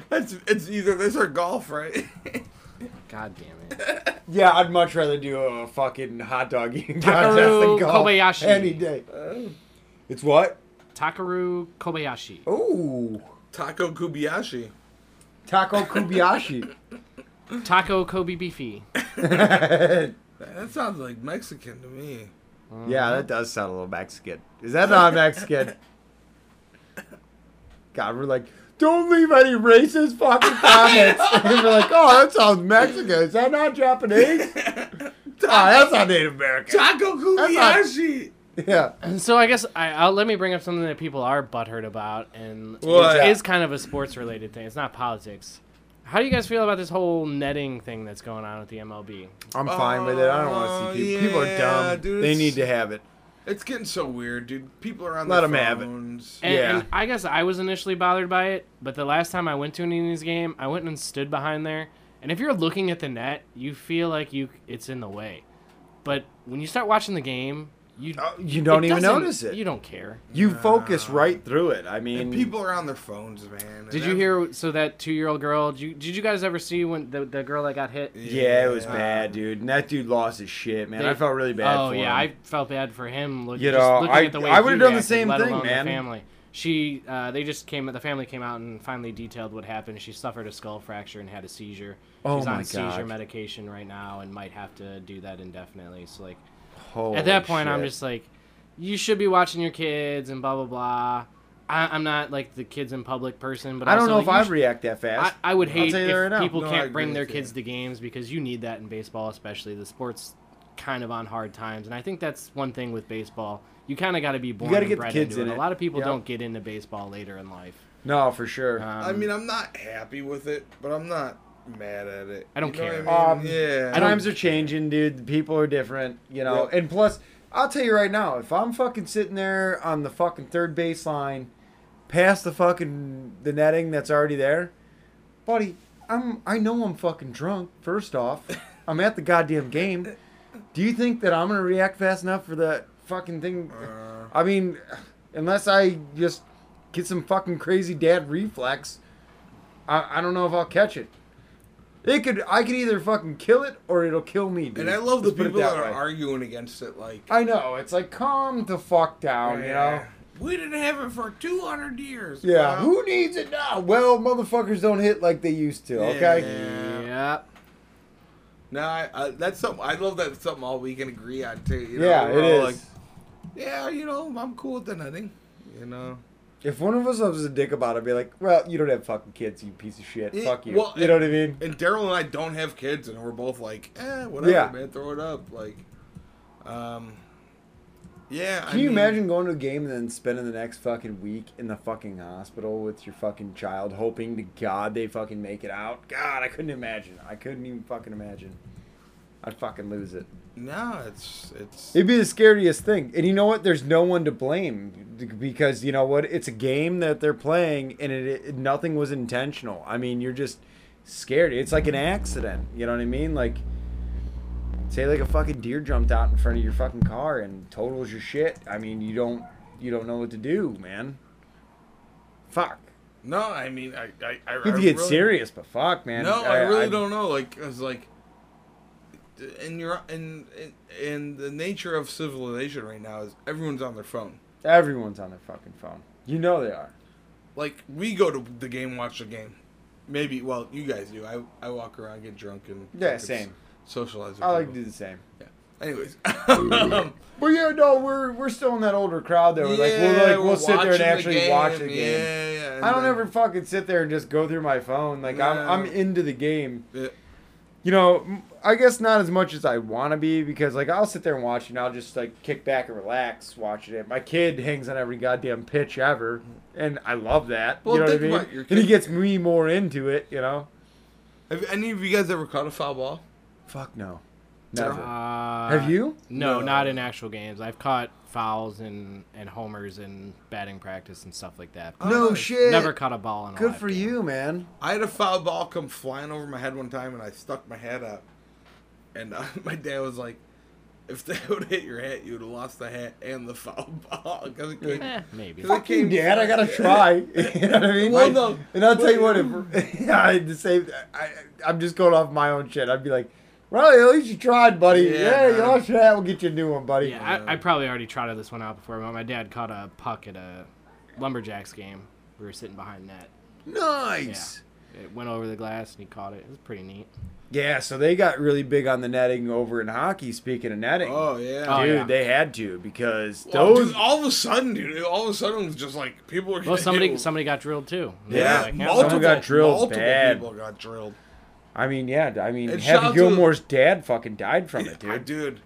[SPEAKER 3] it's, it's either this or golf, right?
[SPEAKER 4] God damn it.
[SPEAKER 5] Yeah, I'd much rather do a fucking hot dog eating contest
[SPEAKER 4] Takaru
[SPEAKER 5] than golf
[SPEAKER 4] Kobayashi.
[SPEAKER 5] any day. It's what?
[SPEAKER 4] Takaru Kobayashi.
[SPEAKER 5] Ooh,
[SPEAKER 3] Taco Kobayashi.
[SPEAKER 5] Taco Kobayashi.
[SPEAKER 4] Taco Kobe Beefy.
[SPEAKER 3] That sounds like Mexican to me.
[SPEAKER 5] Yeah, that does sound a little Mexican. Is that not Mexican? God, we're like, don't leave any racist fucking comments. and we're like, oh, that sounds Mexican. Is that not Japanese? Ah, that's not Native American.
[SPEAKER 3] Taco
[SPEAKER 5] That's
[SPEAKER 3] Kobayashi.
[SPEAKER 5] Yeah.
[SPEAKER 4] So I guess I, I'll, let me bring up something that people are butthurt about, and
[SPEAKER 3] What?
[SPEAKER 4] it is kind of a sports-related thing. It's not politics. How do you guys feel about this whole netting thing that's going on with the MLB?
[SPEAKER 5] I'm fine with it. I don't want to see people. people are
[SPEAKER 3] yeah,
[SPEAKER 5] dumb.
[SPEAKER 3] dude,
[SPEAKER 5] they
[SPEAKER 3] it's-
[SPEAKER 5] need to have it.
[SPEAKER 3] It's getting so weird, dude. People are on
[SPEAKER 5] Let
[SPEAKER 3] their
[SPEAKER 5] 'em have it.
[SPEAKER 3] phones.
[SPEAKER 4] And,
[SPEAKER 5] Yeah.
[SPEAKER 4] and I guess I was initially bothered by it, but the last time I went to an Indians game, I went and stood behind there. And if you're looking at the net, you feel like you it's in the way. But when you start watching the game, you
[SPEAKER 5] You Uh, don't even
[SPEAKER 4] Uh, doesn't-
[SPEAKER 5] notice it.
[SPEAKER 4] You
[SPEAKER 5] You,
[SPEAKER 4] don't care.
[SPEAKER 5] focus right through it. I mean,
[SPEAKER 3] And people are on their phones, man.
[SPEAKER 4] Did
[SPEAKER 3] And
[SPEAKER 4] you
[SPEAKER 3] that-
[SPEAKER 4] hear? So that two-year-old girl. Did you, did you guys ever see when the, the girl that got hit?
[SPEAKER 5] Yeah, it was
[SPEAKER 3] Yeah.
[SPEAKER 5] bad, dude. And that dude lost his shit, man. I
[SPEAKER 4] They-
[SPEAKER 5] felt really bad
[SPEAKER 4] Oh
[SPEAKER 5] for him.
[SPEAKER 4] yeah, I felt bad for him. Look,
[SPEAKER 5] You
[SPEAKER 4] just
[SPEAKER 5] know,
[SPEAKER 4] looking
[SPEAKER 5] I-
[SPEAKER 4] at the way
[SPEAKER 5] I
[SPEAKER 4] he
[SPEAKER 5] would've done the
[SPEAKER 4] reacted,
[SPEAKER 5] same
[SPEAKER 4] let
[SPEAKER 5] thing,
[SPEAKER 4] alone the
[SPEAKER 5] man.
[SPEAKER 4] family. She, uh, they just came. The family came out and finally detailed what happened. She suffered a skull fracture and had a seizure.
[SPEAKER 5] Oh,
[SPEAKER 4] She's on
[SPEAKER 5] my
[SPEAKER 4] seizure
[SPEAKER 5] God.
[SPEAKER 4] medication right now and might have to do that indefinitely. So like,
[SPEAKER 5] Holy
[SPEAKER 4] at that point, I'm
[SPEAKER 5] shit.
[SPEAKER 4] just like, you should be watching your kids and blah blah blah. I, I'm not like the kids in public person, but
[SPEAKER 5] I don't
[SPEAKER 4] also,
[SPEAKER 5] know
[SPEAKER 4] like,
[SPEAKER 5] if
[SPEAKER 4] you
[SPEAKER 5] I'd
[SPEAKER 4] sh-
[SPEAKER 5] react that
[SPEAKER 4] I,
[SPEAKER 5] fast.
[SPEAKER 4] I would hate
[SPEAKER 5] tell you that right
[SPEAKER 4] if
[SPEAKER 5] now.
[SPEAKER 4] people
[SPEAKER 3] No, I
[SPEAKER 4] can't
[SPEAKER 3] agree
[SPEAKER 4] bring their
[SPEAKER 3] with you.
[SPEAKER 4] kids to games because you need that in baseball, especially the sports kind of on hard times. And I think that's one thing with baseball. You kind of got to be born
[SPEAKER 5] gotta
[SPEAKER 4] and
[SPEAKER 5] get the
[SPEAKER 4] bred
[SPEAKER 5] kids
[SPEAKER 4] into
[SPEAKER 5] in
[SPEAKER 4] it.
[SPEAKER 5] it.
[SPEAKER 4] A lot of people
[SPEAKER 5] Yep.
[SPEAKER 4] don't get into baseball later in life.
[SPEAKER 5] no, for sure.
[SPEAKER 4] Um,
[SPEAKER 3] I mean, I'm not happy with it, but I'm not mad at it.
[SPEAKER 4] I don't
[SPEAKER 3] You know
[SPEAKER 4] care.
[SPEAKER 3] what I mean?
[SPEAKER 5] Um,
[SPEAKER 3] yeah.
[SPEAKER 4] I don't-
[SPEAKER 5] Times are changing, dude. People are different, you know.
[SPEAKER 3] Yep.
[SPEAKER 5] And plus, I'll tell you right now, if I'm fucking sitting there on the fucking third baseline, past the fucking the netting that's already there, buddy, I'm I know I'm fucking drunk. First off, I'm at the goddamn game. Do you think that I'm gonna react fast enough for that fucking thing?
[SPEAKER 3] Uh,
[SPEAKER 5] I mean, unless I just get some fucking crazy dad reflex, I, I don't know if I'll catch it. It could, I could either fucking kill it or it'll kill me, dude.
[SPEAKER 3] and I love the
[SPEAKER 5] Let's put it
[SPEAKER 3] people that,
[SPEAKER 5] way.
[SPEAKER 3] are arguing against it. Like,
[SPEAKER 5] I know it's like calm the fuck down, you know.
[SPEAKER 3] we didn't have it for 200 years.
[SPEAKER 5] Yeah,
[SPEAKER 3] Well,
[SPEAKER 5] who needs it now? Well, motherfuckers don't hit like they used to. Okay.
[SPEAKER 3] Yeah.
[SPEAKER 4] yeah.
[SPEAKER 3] No, I, I, that's something. I love that something all we can agree on too. You know?
[SPEAKER 5] Yeah,
[SPEAKER 3] We're
[SPEAKER 5] it
[SPEAKER 3] all
[SPEAKER 5] is.
[SPEAKER 3] Like, yeah, you know, I'm cool with the netting. You know,
[SPEAKER 5] if one of us was a dick about it, I'd be like, "Well, you don't have fucking kids, you piece of shit.
[SPEAKER 3] Yeah,
[SPEAKER 5] Fuck you."
[SPEAKER 3] well,
[SPEAKER 5] you know what I mean?
[SPEAKER 3] and Daryl and I don't have kids, and we're both like, eh, whatever,
[SPEAKER 5] Yeah.
[SPEAKER 3] man, throw it up. Like, um, yeah.
[SPEAKER 5] Can you imagine going to a game and then spending the next fucking week in the fucking hospital with your fucking child, hoping to God they fucking make it out? God, I couldn't imagine. I couldn't even fucking imagine. I'd fucking lose it.
[SPEAKER 3] No, it's it's.
[SPEAKER 5] It'd be the scariest thing. And you know what? There's no one to blame because you know what? It's a game that they're playing, and it, it nothing was intentional. I mean, you're just scared. It's like an accident. You know what I mean? Like, say like a fucking deer jumped out in front of your fucking car and totals your shit. I mean, you don't you don't know what to do, man. Fuck.
[SPEAKER 3] no, I mean, I I I,
[SPEAKER 5] You
[SPEAKER 3] I
[SPEAKER 5] have to get
[SPEAKER 3] really-
[SPEAKER 5] serious, but fuck, man.
[SPEAKER 3] No, I, really don't know. Like, I was like, and you're and and the nature of civilization right now is everyone's on their phone.
[SPEAKER 5] Everyone's on their fucking phone. You know they are.
[SPEAKER 3] like we go to the game, watch the game. Maybe well, you guys do. I, I walk around, get drunk, and
[SPEAKER 5] Yeah,
[SPEAKER 3] fucking
[SPEAKER 5] same.
[SPEAKER 3] Socialize. With
[SPEAKER 5] I like to
[SPEAKER 3] people.
[SPEAKER 5] do the same.
[SPEAKER 3] Yeah. Anyways, um,
[SPEAKER 5] But yeah, no, we're we're still in that older crowd that we're like we're like we'll sit there and
[SPEAKER 3] watching the
[SPEAKER 5] actually watch the
[SPEAKER 3] game.
[SPEAKER 5] game.
[SPEAKER 3] Yeah, yeah, And
[SPEAKER 5] I don't
[SPEAKER 3] then-
[SPEAKER 5] ever fucking sit there and just go through my phone. Like I'm,
[SPEAKER 3] No.
[SPEAKER 5] I'm into the game.
[SPEAKER 3] Yeah.
[SPEAKER 5] You know, m- I guess not as much as I want to be because like I'll sit there and watch and I'll just like kick back and relax watching it. My kid hangs on every goddamn pitch ever, and I love that.
[SPEAKER 3] Well,
[SPEAKER 5] you know what I
[SPEAKER 3] think
[SPEAKER 5] mean?
[SPEAKER 3] about your
[SPEAKER 5] And he
[SPEAKER 3] kid.
[SPEAKER 5] gets me more into it. You know?
[SPEAKER 3] Have any of you guys ever caught a foul ball?
[SPEAKER 5] Fuck no,
[SPEAKER 3] Never.
[SPEAKER 5] never.
[SPEAKER 4] Uh,
[SPEAKER 5] Have you?
[SPEAKER 4] No,
[SPEAKER 3] No.
[SPEAKER 4] not in actual games. I've caught fouls and, and homers and batting practice and stuff like that. but
[SPEAKER 5] No
[SPEAKER 3] nice.
[SPEAKER 5] shit.
[SPEAKER 4] Never caught a ball in a
[SPEAKER 5] Good
[SPEAKER 4] live
[SPEAKER 5] for
[SPEAKER 4] game.
[SPEAKER 5] you, man.
[SPEAKER 3] I had a foul ball come flying over my head one time, and I stuck my head out. And uh, my dad was like, "If that would hit your hat, you'd have lost the hat and the foul ball." 'Cause it came-
[SPEAKER 4] Eh, maybe.
[SPEAKER 3] 'cause it
[SPEAKER 5] Fuck you,
[SPEAKER 3] came-
[SPEAKER 5] Dad. I gotta try. you know what I mean?
[SPEAKER 3] Well,
[SPEAKER 5] Like,
[SPEAKER 3] no.
[SPEAKER 5] And I'll tell you what. If I had the same, I, I'm just going off my own shit. I'd be like, Riley, at least you tried, buddy. Yeah,
[SPEAKER 3] Yeah,
[SPEAKER 5] you
[SPEAKER 3] man.
[SPEAKER 5] lost your hat. We'll get you a new one, buddy.
[SPEAKER 4] Yeah, I, I probably already trotted this one out before, but my dad caught a puck at a Lumberjacks game. We were sitting behind net.
[SPEAKER 5] nice.
[SPEAKER 4] It went over the glass and he caught it. It was pretty neat.
[SPEAKER 5] Yeah. So they got really big on the netting over in hockey. Speaking of netting,
[SPEAKER 3] Oh yeah.
[SPEAKER 4] Oh,
[SPEAKER 5] dude,
[SPEAKER 4] yeah.
[SPEAKER 5] they had to because
[SPEAKER 3] Well,
[SPEAKER 5] those.
[SPEAKER 3] dude, all of a sudden, dude, all of a sudden it was just like people were.
[SPEAKER 4] Well,
[SPEAKER 3] getting
[SPEAKER 4] somebody
[SPEAKER 3] hit.
[SPEAKER 4] somebody got drilled too. And they were
[SPEAKER 3] yeah,
[SPEAKER 4] like,
[SPEAKER 3] multiple
[SPEAKER 5] Someone got drilled
[SPEAKER 3] Multiple
[SPEAKER 5] bad.
[SPEAKER 3] people got drilled.
[SPEAKER 5] I mean, yeah. I mean,
[SPEAKER 3] And shout
[SPEAKER 5] Happy
[SPEAKER 3] out to-
[SPEAKER 5] Gilmore's dad fucking died from it,
[SPEAKER 3] I,
[SPEAKER 5] Oh, dude.
[SPEAKER 3] dude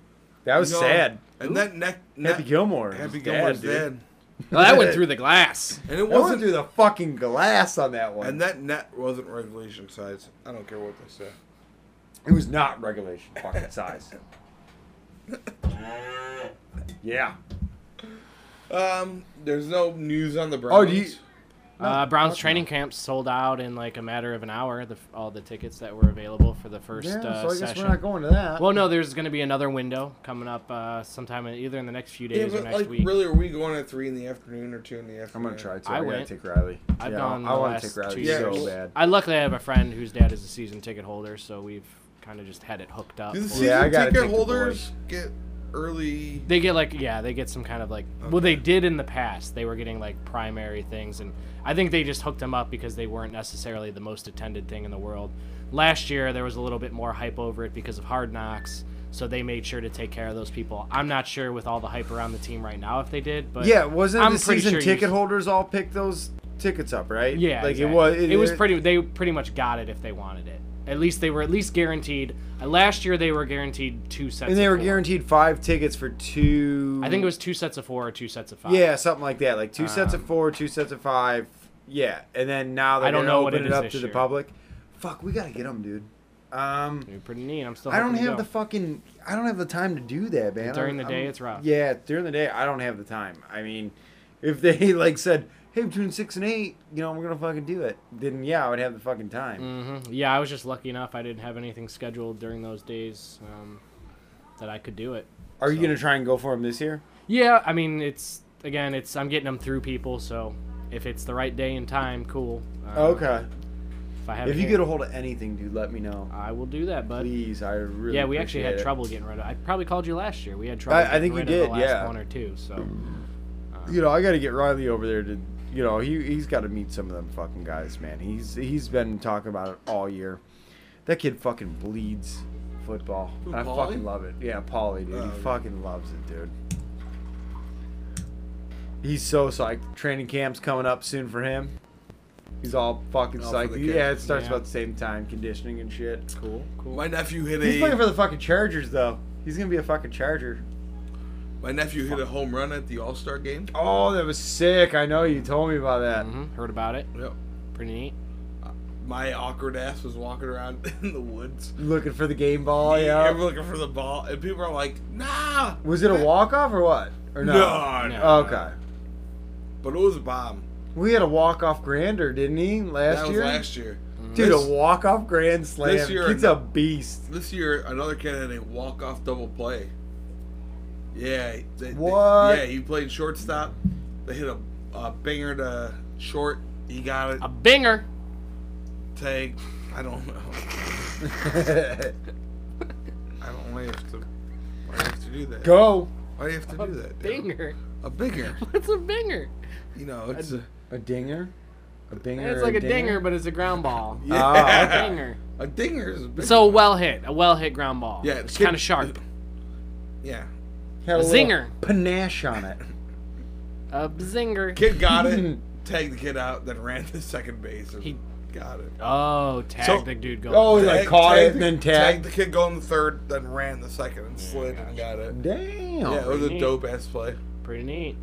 [SPEAKER 5] That was
[SPEAKER 3] you know,
[SPEAKER 5] sad.
[SPEAKER 3] And that neck,
[SPEAKER 5] Happy
[SPEAKER 3] neck-
[SPEAKER 5] Gilmore.
[SPEAKER 3] Happy
[SPEAKER 5] Happy
[SPEAKER 3] Gilmore's
[SPEAKER 5] Gilmore's
[SPEAKER 3] dead,
[SPEAKER 5] dad. dude.
[SPEAKER 4] well, that went through the glass.
[SPEAKER 3] and it
[SPEAKER 5] That went
[SPEAKER 3] wasn't.
[SPEAKER 5] through the fucking glass on that one.
[SPEAKER 3] and that net wasn't regulation size. I don't care what they say.
[SPEAKER 5] It was not regulation fucking size. yeah.
[SPEAKER 3] Um, there's no news on the Browns.
[SPEAKER 5] Oh, do you-
[SPEAKER 4] Uh, Browns training camps sold out in like a matter of an hour. The, all the tickets that were available for the first
[SPEAKER 5] Yeah,
[SPEAKER 4] uh,
[SPEAKER 5] so I guess
[SPEAKER 4] session.
[SPEAKER 5] we're not going to that.
[SPEAKER 4] well, no, there's going to be another window coming up uh, sometime in, either in the next few
[SPEAKER 3] Yeah,
[SPEAKER 4] days or
[SPEAKER 3] but
[SPEAKER 4] next
[SPEAKER 3] like,
[SPEAKER 4] week.
[SPEAKER 3] really, are we going at three in the afternoon or two in the afternoon?
[SPEAKER 5] I'm gonna try to.
[SPEAKER 4] I
[SPEAKER 5] I, gotta
[SPEAKER 4] went.
[SPEAKER 5] take Riley.
[SPEAKER 4] I've
[SPEAKER 5] yeah,
[SPEAKER 4] gone
[SPEAKER 5] I
[SPEAKER 4] the
[SPEAKER 5] wanna
[SPEAKER 4] last
[SPEAKER 5] take Riley
[SPEAKER 4] two
[SPEAKER 3] Yeah,
[SPEAKER 4] years.
[SPEAKER 5] so bad.
[SPEAKER 4] I luckily I have a friend whose dad is a season ticket holder, so we've kind of just had it hooked up.
[SPEAKER 3] Do the
[SPEAKER 4] for-
[SPEAKER 3] season
[SPEAKER 5] Yeah, I gotta
[SPEAKER 3] ticket
[SPEAKER 5] take the
[SPEAKER 3] holders get early?
[SPEAKER 4] They get like yeah, they get some kind of like well they did in the past. They were getting like primary things and I think they just hooked them up because they weren't necessarily the most attended thing in the world. Last year there was a little bit more hype over it because of Hard Knocks, so they made sure to take care of those people. I'm not sure with all the hype around the team right now if they did, but
[SPEAKER 5] yeah, wasn't
[SPEAKER 4] I'm
[SPEAKER 5] the
[SPEAKER 4] pretty
[SPEAKER 5] season
[SPEAKER 4] sure you-
[SPEAKER 5] ticket holders all picked those tickets up, right?
[SPEAKER 4] Yeah,
[SPEAKER 5] like
[SPEAKER 4] exactly.
[SPEAKER 5] it was. It,
[SPEAKER 4] was pretty. They pretty much got it if they wanted it. At least they were at least guaranteed. Uh, last year they were guaranteed two sets.
[SPEAKER 5] And they
[SPEAKER 4] of
[SPEAKER 5] were
[SPEAKER 4] four.
[SPEAKER 5] guaranteed five tickets for two.
[SPEAKER 4] I think it was two sets of four or two sets of five.
[SPEAKER 5] Yeah, something like that. Like two sets of four, two sets of five. Yeah, and then now
[SPEAKER 4] Um,
[SPEAKER 5] they're
[SPEAKER 4] I don't
[SPEAKER 5] gonna
[SPEAKER 4] know
[SPEAKER 5] open
[SPEAKER 4] what
[SPEAKER 5] it,
[SPEAKER 4] it is
[SPEAKER 5] up
[SPEAKER 4] this
[SPEAKER 5] to the
[SPEAKER 4] year.
[SPEAKER 5] public. Fuck, we gotta get them, dude. Um,
[SPEAKER 4] They're pretty neat. I'm still.
[SPEAKER 5] I don't
[SPEAKER 4] hoping to
[SPEAKER 5] have
[SPEAKER 4] go.
[SPEAKER 5] the fucking. I don't have the time to do that, man.
[SPEAKER 4] During the
[SPEAKER 5] I'm-
[SPEAKER 4] day,
[SPEAKER 5] I'm-
[SPEAKER 4] it's rough.
[SPEAKER 5] Yeah, during the day, I don't have the time. I mean, if they like said, "Hey, between six and eight, you know, we're gonna fucking do it," then yeah, I would have the fucking time.
[SPEAKER 4] Mhm. Yeah, I was just lucky enough. I didn't have anything scheduled during those days um, that I could do it.
[SPEAKER 5] Are you
[SPEAKER 4] So-
[SPEAKER 5] gonna try and go for them this year?
[SPEAKER 4] Yeah, I mean it's again, it's I'm getting them through people. So if it's the right day and time, cool. Uh,
[SPEAKER 5] okay.
[SPEAKER 4] If I have,
[SPEAKER 5] Oh, If
[SPEAKER 4] it
[SPEAKER 5] you
[SPEAKER 4] here,
[SPEAKER 5] get a hold of anything, dude, let me know.
[SPEAKER 4] I will do that, bud.
[SPEAKER 5] Please, I really.
[SPEAKER 4] yeah, we actually had
[SPEAKER 5] appreciate it.
[SPEAKER 4] trouble getting rid of. I probably called you last year. We had trouble.
[SPEAKER 5] I
[SPEAKER 4] getting
[SPEAKER 5] think you
[SPEAKER 4] rid of
[SPEAKER 5] did,
[SPEAKER 4] The last
[SPEAKER 5] yeah.
[SPEAKER 4] One or two. So mm-hmm.
[SPEAKER 5] You know, I got to get Riley over there to. You know, he he's got to meet some of them fucking guys, man. He's he's been talking about it all year. That kid fucking bleeds football.
[SPEAKER 3] Who,
[SPEAKER 5] And I
[SPEAKER 3] Paulie?
[SPEAKER 5] fucking love it. Yeah, Paulie, dude.
[SPEAKER 3] Oh,
[SPEAKER 5] he
[SPEAKER 3] okay.
[SPEAKER 5] fucking loves it, dude. He's so psyched. Training camp's coming up soon for him. He's all fucking
[SPEAKER 3] All for
[SPEAKER 5] psyched.
[SPEAKER 3] the kid.
[SPEAKER 5] Yeah, it starts
[SPEAKER 4] Yeah.
[SPEAKER 5] about the same time, conditioning and shit.
[SPEAKER 4] cool, cool.
[SPEAKER 3] My nephew hit
[SPEAKER 5] He's playing
[SPEAKER 3] a
[SPEAKER 5] for the fucking Chargers though. He's gonna be a fucking Charger.
[SPEAKER 3] my nephew hit a home run at the All Star game.
[SPEAKER 5] Oh, that was sick. I know you told me about that.
[SPEAKER 4] hmm Heard about it.
[SPEAKER 3] Yep.
[SPEAKER 4] Pretty neat.
[SPEAKER 3] My awkward ass was walking around in the woods.
[SPEAKER 5] Looking for the game ball,
[SPEAKER 3] You
[SPEAKER 5] Oh, yeah.
[SPEAKER 3] ever looking for the ball, and people are like, "Nah."
[SPEAKER 5] Was it a walk off or what? Or no?
[SPEAKER 3] No,
[SPEAKER 4] No.
[SPEAKER 5] Okay.
[SPEAKER 3] But it was a bomb.
[SPEAKER 5] We had a walk off grander, didn't he? Last
[SPEAKER 3] that was
[SPEAKER 5] year?
[SPEAKER 3] last year.
[SPEAKER 5] Dude,
[SPEAKER 3] This-
[SPEAKER 5] a walk off grand slam.
[SPEAKER 3] this year-
[SPEAKER 5] He's a beast.
[SPEAKER 3] This year, another kid had a walk off double play. Yeah. they- they-
[SPEAKER 5] What?
[SPEAKER 3] yeah, he played shortstop. They hit a, a banger to short. He got it.
[SPEAKER 4] A binger.
[SPEAKER 3] Tag. I don't know. I don't. Why have to? Why do you have to do that?
[SPEAKER 5] Go.
[SPEAKER 3] Why do you have to do that? dude?
[SPEAKER 4] Binger.
[SPEAKER 3] A bigger.
[SPEAKER 4] What's a binger?
[SPEAKER 3] You know, it's a,
[SPEAKER 5] A dinger? A dinger. Ah.
[SPEAKER 4] It's like a dinger, but it's a ground ball.
[SPEAKER 5] Yeah.
[SPEAKER 3] Yeah.
[SPEAKER 4] Dinger.
[SPEAKER 3] a dinger is a big
[SPEAKER 4] So well hit, a well hit ground ball.
[SPEAKER 3] Yeah,
[SPEAKER 4] it's
[SPEAKER 3] kid-
[SPEAKER 4] kind of sharp.
[SPEAKER 3] Yeah.
[SPEAKER 5] Had
[SPEAKER 4] a
[SPEAKER 5] little
[SPEAKER 4] zinger.
[SPEAKER 5] Panache on it.
[SPEAKER 4] A zinger.
[SPEAKER 3] Kid got it. tagged the kid out, then ran to second base and
[SPEAKER 4] He-
[SPEAKER 3] got it.
[SPEAKER 4] Oh, tag
[SPEAKER 5] So-
[SPEAKER 4] the dude going.
[SPEAKER 5] Oh, he like
[SPEAKER 3] Tag-
[SPEAKER 5] caught it
[SPEAKER 3] the-
[SPEAKER 5] and then tagged.
[SPEAKER 3] the kid going the third, then ran the second and slid and got Oh, it.
[SPEAKER 5] Damn.
[SPEAKER 3] Yeah, it was
[SPEAKER 4] neat.
[SPEAKER 3] a dope ass play.
[SPEAKER 4] pretty neat.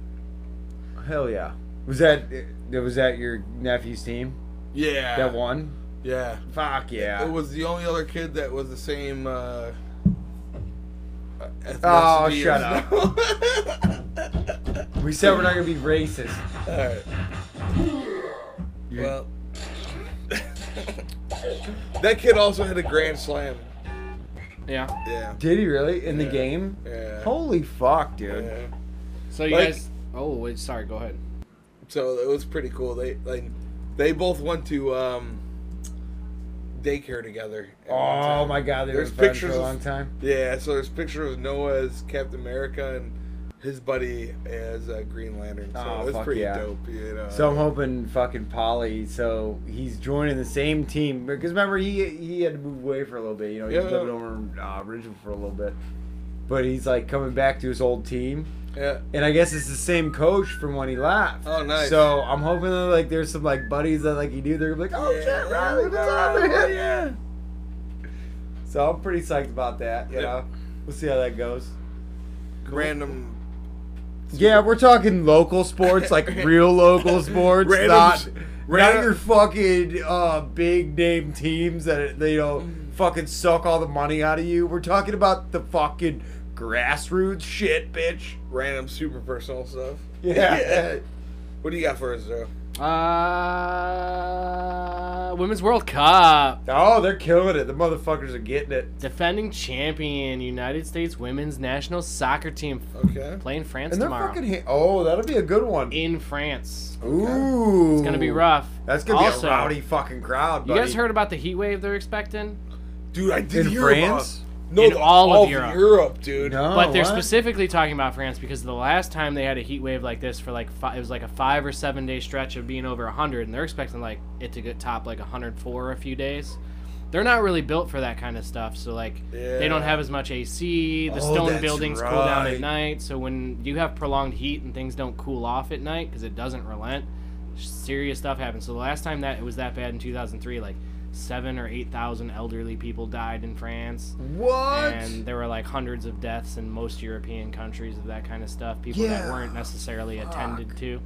[SPEAKER 5] Hell yeah. Was that was that your nephew's team
[SPEAKER 3] Yeah,
[SPEAKER 5] that won?
[SPEAKER 3] yeah.
[SPEAKER 5] Fuck yeah.
[SPEAKER 3] It was the only other kid that was the same. Uh, ethnicity
[SPEAKER 5] Oh,
[SPEAKER 3] as-
[SPEAKER 5] shut up. we said we're not gonna be racist.
[SPEAKER 3] All right. Well, that kid also had a grand slam.
[SPEAKER 4] Yeah.
[SPEAKER 3] Yeah.
[SPEAKER 5] Did he really in the game?
[SPEAKER 3] Yeah.
[SPEAKER 5] Holy fuck, dude.
[SPEAKER 3] yeah.
[SPEAKER 4] So you
[SPEAKER 3] Like-
[SPEAKER 4] guys. Oh, wait, sorry. Go ahead.
[SPEAKER 3] So it was pretty cool. They like, they both went to um, daycare together.
[SPEAKER 5] Oh my god, they
[SPEAKER 3] There's
[SPEAKER 5] were friends for
[SPEAKER 3] pictures
[SPEAKER 5] a
[SPEAKER 3] of-
[SPEAKER 5] long time.
[SPEAKER 3] Yeah. So there's a picture of Noah as Captain America and his buddy as uh, Green Lantern. So
[SPEAKER 5] Oh,
[SPEAKER 3] it was
[SPEAKER 5] fuck
[SPEAKER 3] pretty
[SPEAKER 5] yeah.
[SPEAKER 3] dope. You know.
[SPEAKER 5] So I'm hoping fucking Polly. So he's joining the same team because remember he he had to move away for a little bit. You know he was
[SPEAKER 3] Yeah.
[SPEAKER 5] living over in uh, Ridgewood for a little bit, but he's like coming back to his old team.
[SPEAKER 3] yeah.
[SPEAKER 5] And I guess it's the same coach from when he left.
[SPEAKER 3] Oh, nice.
[SPEAKER 5] So I'm hoping that like there's some like buddies that like he knew they're gonna be like, oh
[SPEAKER 3] Yeah,
[SPEAKER 5] shit, Riley, what's up,
[SPEAKER 3] Riley,
[SPEAKER 5] man?
[SPEAKER 3] yeah.
[SPEAKER 5] So I'm pretty psyched about that. You
[SPEAKER 3] Yeah.
[SPEAKER 5] know, we'll see how that goes.
[SPEAKER 3] Random.
[SPEAKER 5] Yeah, we're talking local sports, like real local sports,
[SPEAKER 3] Random
[SPEAKER 5] not
[SPEAKER 3] sh-
[SPEAKER 5] not
[SPEAKER 3] random-
[SPEAKER 5] your fucking uh, big name teams that they don't fucking suck all the money out of you. We're talking about the fucking grassroots shit, bitch.
[SPEAKER 3] Random super personal stuff.
[SPEAKER 5] Yeah.
[SPEAKER 3] What do you got for us, though?
[SPEAKER 4] Uh, Women's World Cup.
[SPEAKER 5] Oh, they're killing it. The motherfuckers are getting it.
[SPEAKER 4] Defending champion United States women's national soccer team
[SPEAKER 3] Okay.
[SPEAKER 4] playing France
[SPEAKER 5] And they're
[SPEAKER 4] tomorrow.
[SPEAKER 5] fucking. Ha- oh, that'll be a good one.
[SPEAKER 4] In France.
[SPEAKER 5] Ooh,
[SPEAKER 4] It's gonna be rough.
[SPEAKER 5] That's gonna
[SPEAKER 4] Also,
[SPEAKER 5] be a rowdy fucking crowd.
[SPEAKER 4] You guys
[SPEAKER 5] buddy.
[SPEAKER 4] heard about the heat wave they're expecting?
[SPEAKER 3] Dude, I did
[SPEAKER 5] in
[SPEAKER 3] hear
[SPEAKER 5] France?
[SPEAKER 3] About, no,
[SPEAKER 4] In
[SPEAKER 3] the-
[SPEAKER 4] all of
[SPEAKER 3] all
[SPEAKER 4] Europe.
[SPEAKER 3] dude.
[SPEAKER 5] No,
[SPEAKER 4] but they're
[SPEAKER 5] Oh, what?
[SPEAKER 4] specifically talking about France because the last time they had a heat wave like this for like five, it was like a five or seven day stretch of being over 100, and they're expecting like it to get top like 104 a few days. They're not really built for that kind of stuff, so like they don't
[SPEAKER 3] Yeah.
[SPEAKER 4] have as much AC. The
[SPEAKER 5] Oh,
[SPEAKER 4] stone
[SPEAKER 5] that's
[SPEAKER 4] buildings cool down
[SPEAKER 5] right.
[SPEAKER 4] at night, so when you have prolonged heat and things don't cool off at night because it doesn't relent, serious stuff happens. So the last time that it was that bad in 2003, like seven or eight thousand elderly people died in France
[SPEAKER 5] What?
[SPEAKER 4] and there were like hundreds of deaths in most European countries of that kind of stuff. People
[SPEAKER 5] Yeah.
[SPEAKER 4] that weren't necessarily attended to,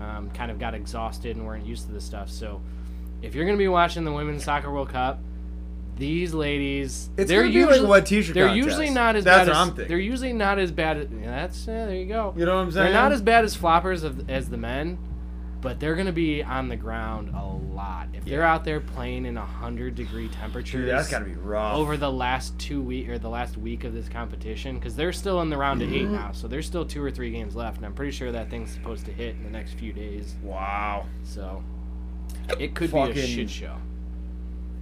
[SPEAKER 4] um, kind of got exhausted and weren't used to this stuff. So, if you're gonna be watching the Women's Soccer World Cup, these ladies,
[SPEAKER 5] It's
[SPEAKER 4] they're
[SPEAKER 5] gonna be like
[SPEAKER 4] usually
[SPEAKER 5] what t-shirt
[SPEAKER 4] they're
[SPEAKER 5] contest.
[SPEAKER 4] usually not as
[SPEAKER 5] That's
[SPEAKER 4] bad
[SPEAKER 5] what
[SPEAKER 4] as
[SPEAKER 5] I'm thinking.
[SPEAKER 4] they're usually not as bad. As, yeah, that's yeah, there you go.
[SPEAKER 5] You know what I'm
[SPEAKER 4] They're
[SPEAKER 5] saying?
[SPEAKER 4] not as bad as floppers of, as the men. But they're gonna be on the ground a lot. If they're out there playing in hundred degree temperatures,
[SPEAKER 5] Dude, that's gotta be rough.
[SPEAKER 4] over the last two week or the last week of this competition because they're still in the round of eight
[SPEAKER 5] Mm-hmm.
[SPEAKER 4] now so there's still two or three games left and i'm pretty sure that thing's supposed to hit in the next few days
[SPEAKER 5] wow.
[SPEAKER 4] so it could be
[SPEAKER 5] Fucking-
[SPEAKER 4] a shit show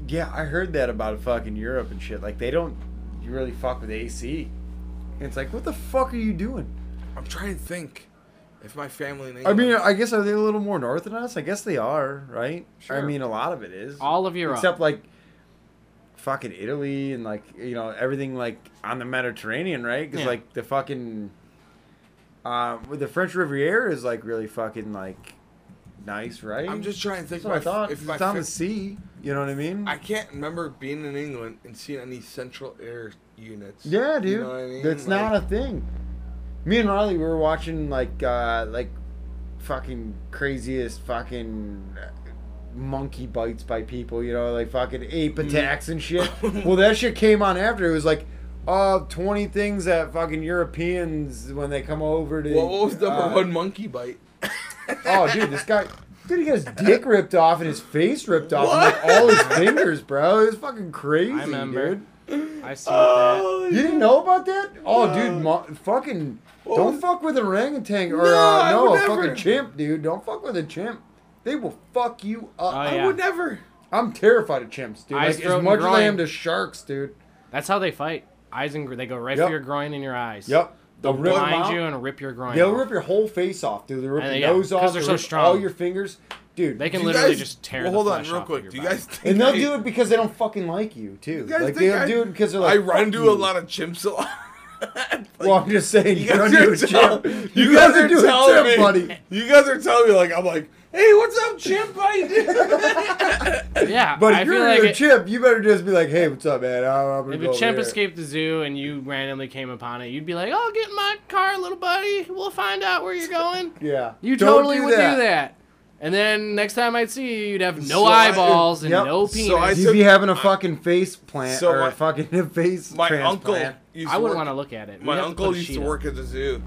[SPEAKER 5] Yeah, I heard that about fucking Europe and shit. Like they don't, you really fuck with AC. And it's like, what the fuck are you doing?
[SPEAKER 3] I'm trying to think if my family and
[SPEAKER 5] I mean, I guess are they a little more north than us? I guess they are, right? I
[SPEAKER 4] Sure.
[SPEAKER 5] mean, a lot of it is.
[SPEAKER 4] all of europe
[SPEAKER 5] except like fucking Italy and like you know everything like on the Mediterranean, right? Because
[SPEAKER 4] Yeah.
[SPEAKER 5] like the fucking uh, with the French Riviera is like really fucking like nice, right?
[SPEAKER 3] I'm just trying to think.
[SPEAKER 5] that's what I
[SPEAKER 3] if my-
[SPEAKER 5] thought.
[SPEAKER 3] If my
[SPEAKER 5] it's on
[SPEAKER 3] fa-
[SPEAKER 5] the sea, you know what I mean?
[SPEAKER 3] I can't remember being in England and seeing any central air units.
[SPEAKER 5] Yeah, dude.
[SPEAKER 3] You know what I mean?
[SPEAKER 5] That's
[SPEAKER 3] Like,
[SPEAKER 5] not a thing. Me and Riley we were watching like uh like fucking craziest fucking monkey bites by people, you know, like fucking ape
[SPEAKER 3] Mm-hmm.
[SPEAKER 5] attacks and shit. well, that shit came on after. It was like uh 20 things that fucking Europeans when they come over to
[SPEAKER 3] What was number
[SPEAKER 5] uh,
[SPEAKER 3] one monkey bite?
[SPEAKER 5] Oh, dude, this guy Dude, he got his dick ripped off and his face ripped off, and like all his fingers, bro. It was fucking crazy,
[SPEAKER 4] I remember.
[SPEAKER 5] dude.
[SPEAKER 4] i see that
[SPEAKER 5] You didn't know about that? Oh, dude, mo- fucking don't
[SPEAKER 3] was-
[SPEAKER 5] fuck with an orangutan or
[SPEAKER 3] No,
[SPEAKER 5] uh,
[SPEAKER 3] I
[SPEAKER 5] no, a
[SPEAKER 3] would
[SPEAKER 5] fucking
[SPEAKER 3] never.
[SPEAKER 5] chimp, dude. Don't fuck with a chimp. They will fuck you up.
[SPEAKER 4] Oh,
[SPEAKER 5] I
[SPEAKER 4] yeah.
[SPEAKER 5] would-
[SPEAKER 3] Would never.
[SPEAKER 5] I'm terrified of chimps, dude.
[SPEAKER 4] Eyes,
[SPEAKER 5] Like,
[SPEAKER 4] throat,
[SPEAKER 5] as
[SPEAKER 4] and
[SPEAKER 5] much as I
[SPEAKER 4] groin.
[SPEAKER 5] am to sharks, dude.
[SPEAKER 4] that's how they fight eyes and gr- they go right
[SPEAKER 5] Yep.
[SPEAKER 4] for your groin and your eyes
[SPEAKER 5] Yep. They'll
[SPEAKER 4] They'll
[SPEAKER 5] rip them
[SPEAKER 4] blind
[SPEAKER 5] out.
[SPEAKER 4] you and rip your groin
[SPEAKER 5] They'll
[SPEAKER 4] off.
[SPEAKER 5] rip your whole face off, dude. They'll rip
[SPEAKER 4] And they-
[SPEAKER 5] your
[SPEAKER 4] yeah,
[SPEAKER 5] nose
[SPEAKER 4] 'cause
[SPEAKER 5] off.
[SPEAKER 4] they're
[SPEAKER 5] They'll
[SPEAKER 4] so
[SPEAKER 5] rip
[SPEAKER 4] strong.
[SPEAKER 5] All your fingers, dude.
[SPEAKER 4] they can
[SPEAKER 3] You
[SPEAKER 4] literally
[SPEAKER 3] guys-
[SPEAKER 4] just tear
[SPEAKER 3] Well,
[SPEAKER 4] the
[SPEAKER 3] hold on,
[SPEAKER 4] flesh
[SPEAKER 3] real
[SPEAKER 4] off of
[SPEAKER 3] quick.
[SPEAKER 4] your
[SPEAKER 3] Do you
[SPEAKER 4] body.
[SPEAKER 3] guys think?
[SPEAKER 5] and they'll
[SPEAKER 3] I-
[SPEAKER 5] do it because they don't fucking like you, too.
[SPEAKER 3] You guys
[SPEAKER 5] Like
[SPEAKER 3] think
[SPEAKER 5] they'll
[SPEAKER 3] I-
[SPEAKER 5] do it because they're
[SPEAKER 3] I
[SPEAKER 5] like.
[SPEAKER 3] run
[SPEAKER 5] "Fuck
[SPEAKER 3] into
[SPEAKER 5] you."
[SPEAKER 3] a lot of chimps a lot.
[SPEAKER 5] well, I'm just saying, you, don't do a
[SPEAKER 3] tell-
[SPEAKER 5] chip.
[SPEAKER 3] you guys are
[SPEAKER 5] doing
[SPEAKER 3] telling me,
[SPEAKER 5] buddy.
[SPEAKER 3] You guys are telling me like I'm like, hey, what's up, Chimp? How you doing?
[SPEAKER 4] Yeah,
[SPEAKER 5] But if
[SPEAKER 4] I
[SPEAKER 5] you're
[SPEAKER 4] feel
[SPEAKER 5] doing
[SPEAKER 4] like
[SPEAKER 5] a
[SPEAKER 4] it-
[SPEAKER 5] chimp, you better just be like, hey, what's up, man? I'm, I'm gonna
[SPEAKER 4] if
[SPEAKER 5] go
[SPEAKER 4] a
[SPEAKER 5] over
[SPEAKER 4] chimp
[SPEAKER 5] here."
[SPEAKER 4] escaped the zoo and you randomly came upon it, you'd be like, "Oh, get in my car, little buddy. We'll find out where you're going."
[SPEAKER 5] Yeah.
[SPEAKER 4] You
[SPEAKER 5] Don't
[SPEAKER 4] totally
[SPEAKER 5] do
[SPEAKER 4] would
[SPEAKER 5] that.
[SPEAKER 4] do that. And then next time I'd see you, you'd have no
[SPEAKER 3] So I-
[SPEAKER 4] eyeballs and
[SPEAKER 5] yep.
[SPEAKER 4] no
[SPEAKER 3] So
[SPEAKER 4] penis.
[SPEAKER 3] I
[SPEAKER 4] I,
[SPEAKER 3] said-
[SPEAKER 5] You'd be having a fucking face plant
[SPEAKER 3] So
[SPEAKER 5] or
[SPEAKER 3] my-
[SPEAKER 5] a fucking face
[SPEAKER 3] My uncle
[SPEAKER 5] transplant.
[SPEAKER 3] used
[SPEAKER 4] wouldn't
[SPEAKER 3] work-
[SPEAKER 4] want to look at it. We'd
[SPEAKER 3] My
[SPEAKER 4] have to
[SPEAKER 3] uncle
[SPEAKER 4] put a
[SPEAKER 3] used to
[SPEAKER 4] sheet
[SPEAKER 3] work at the zoo,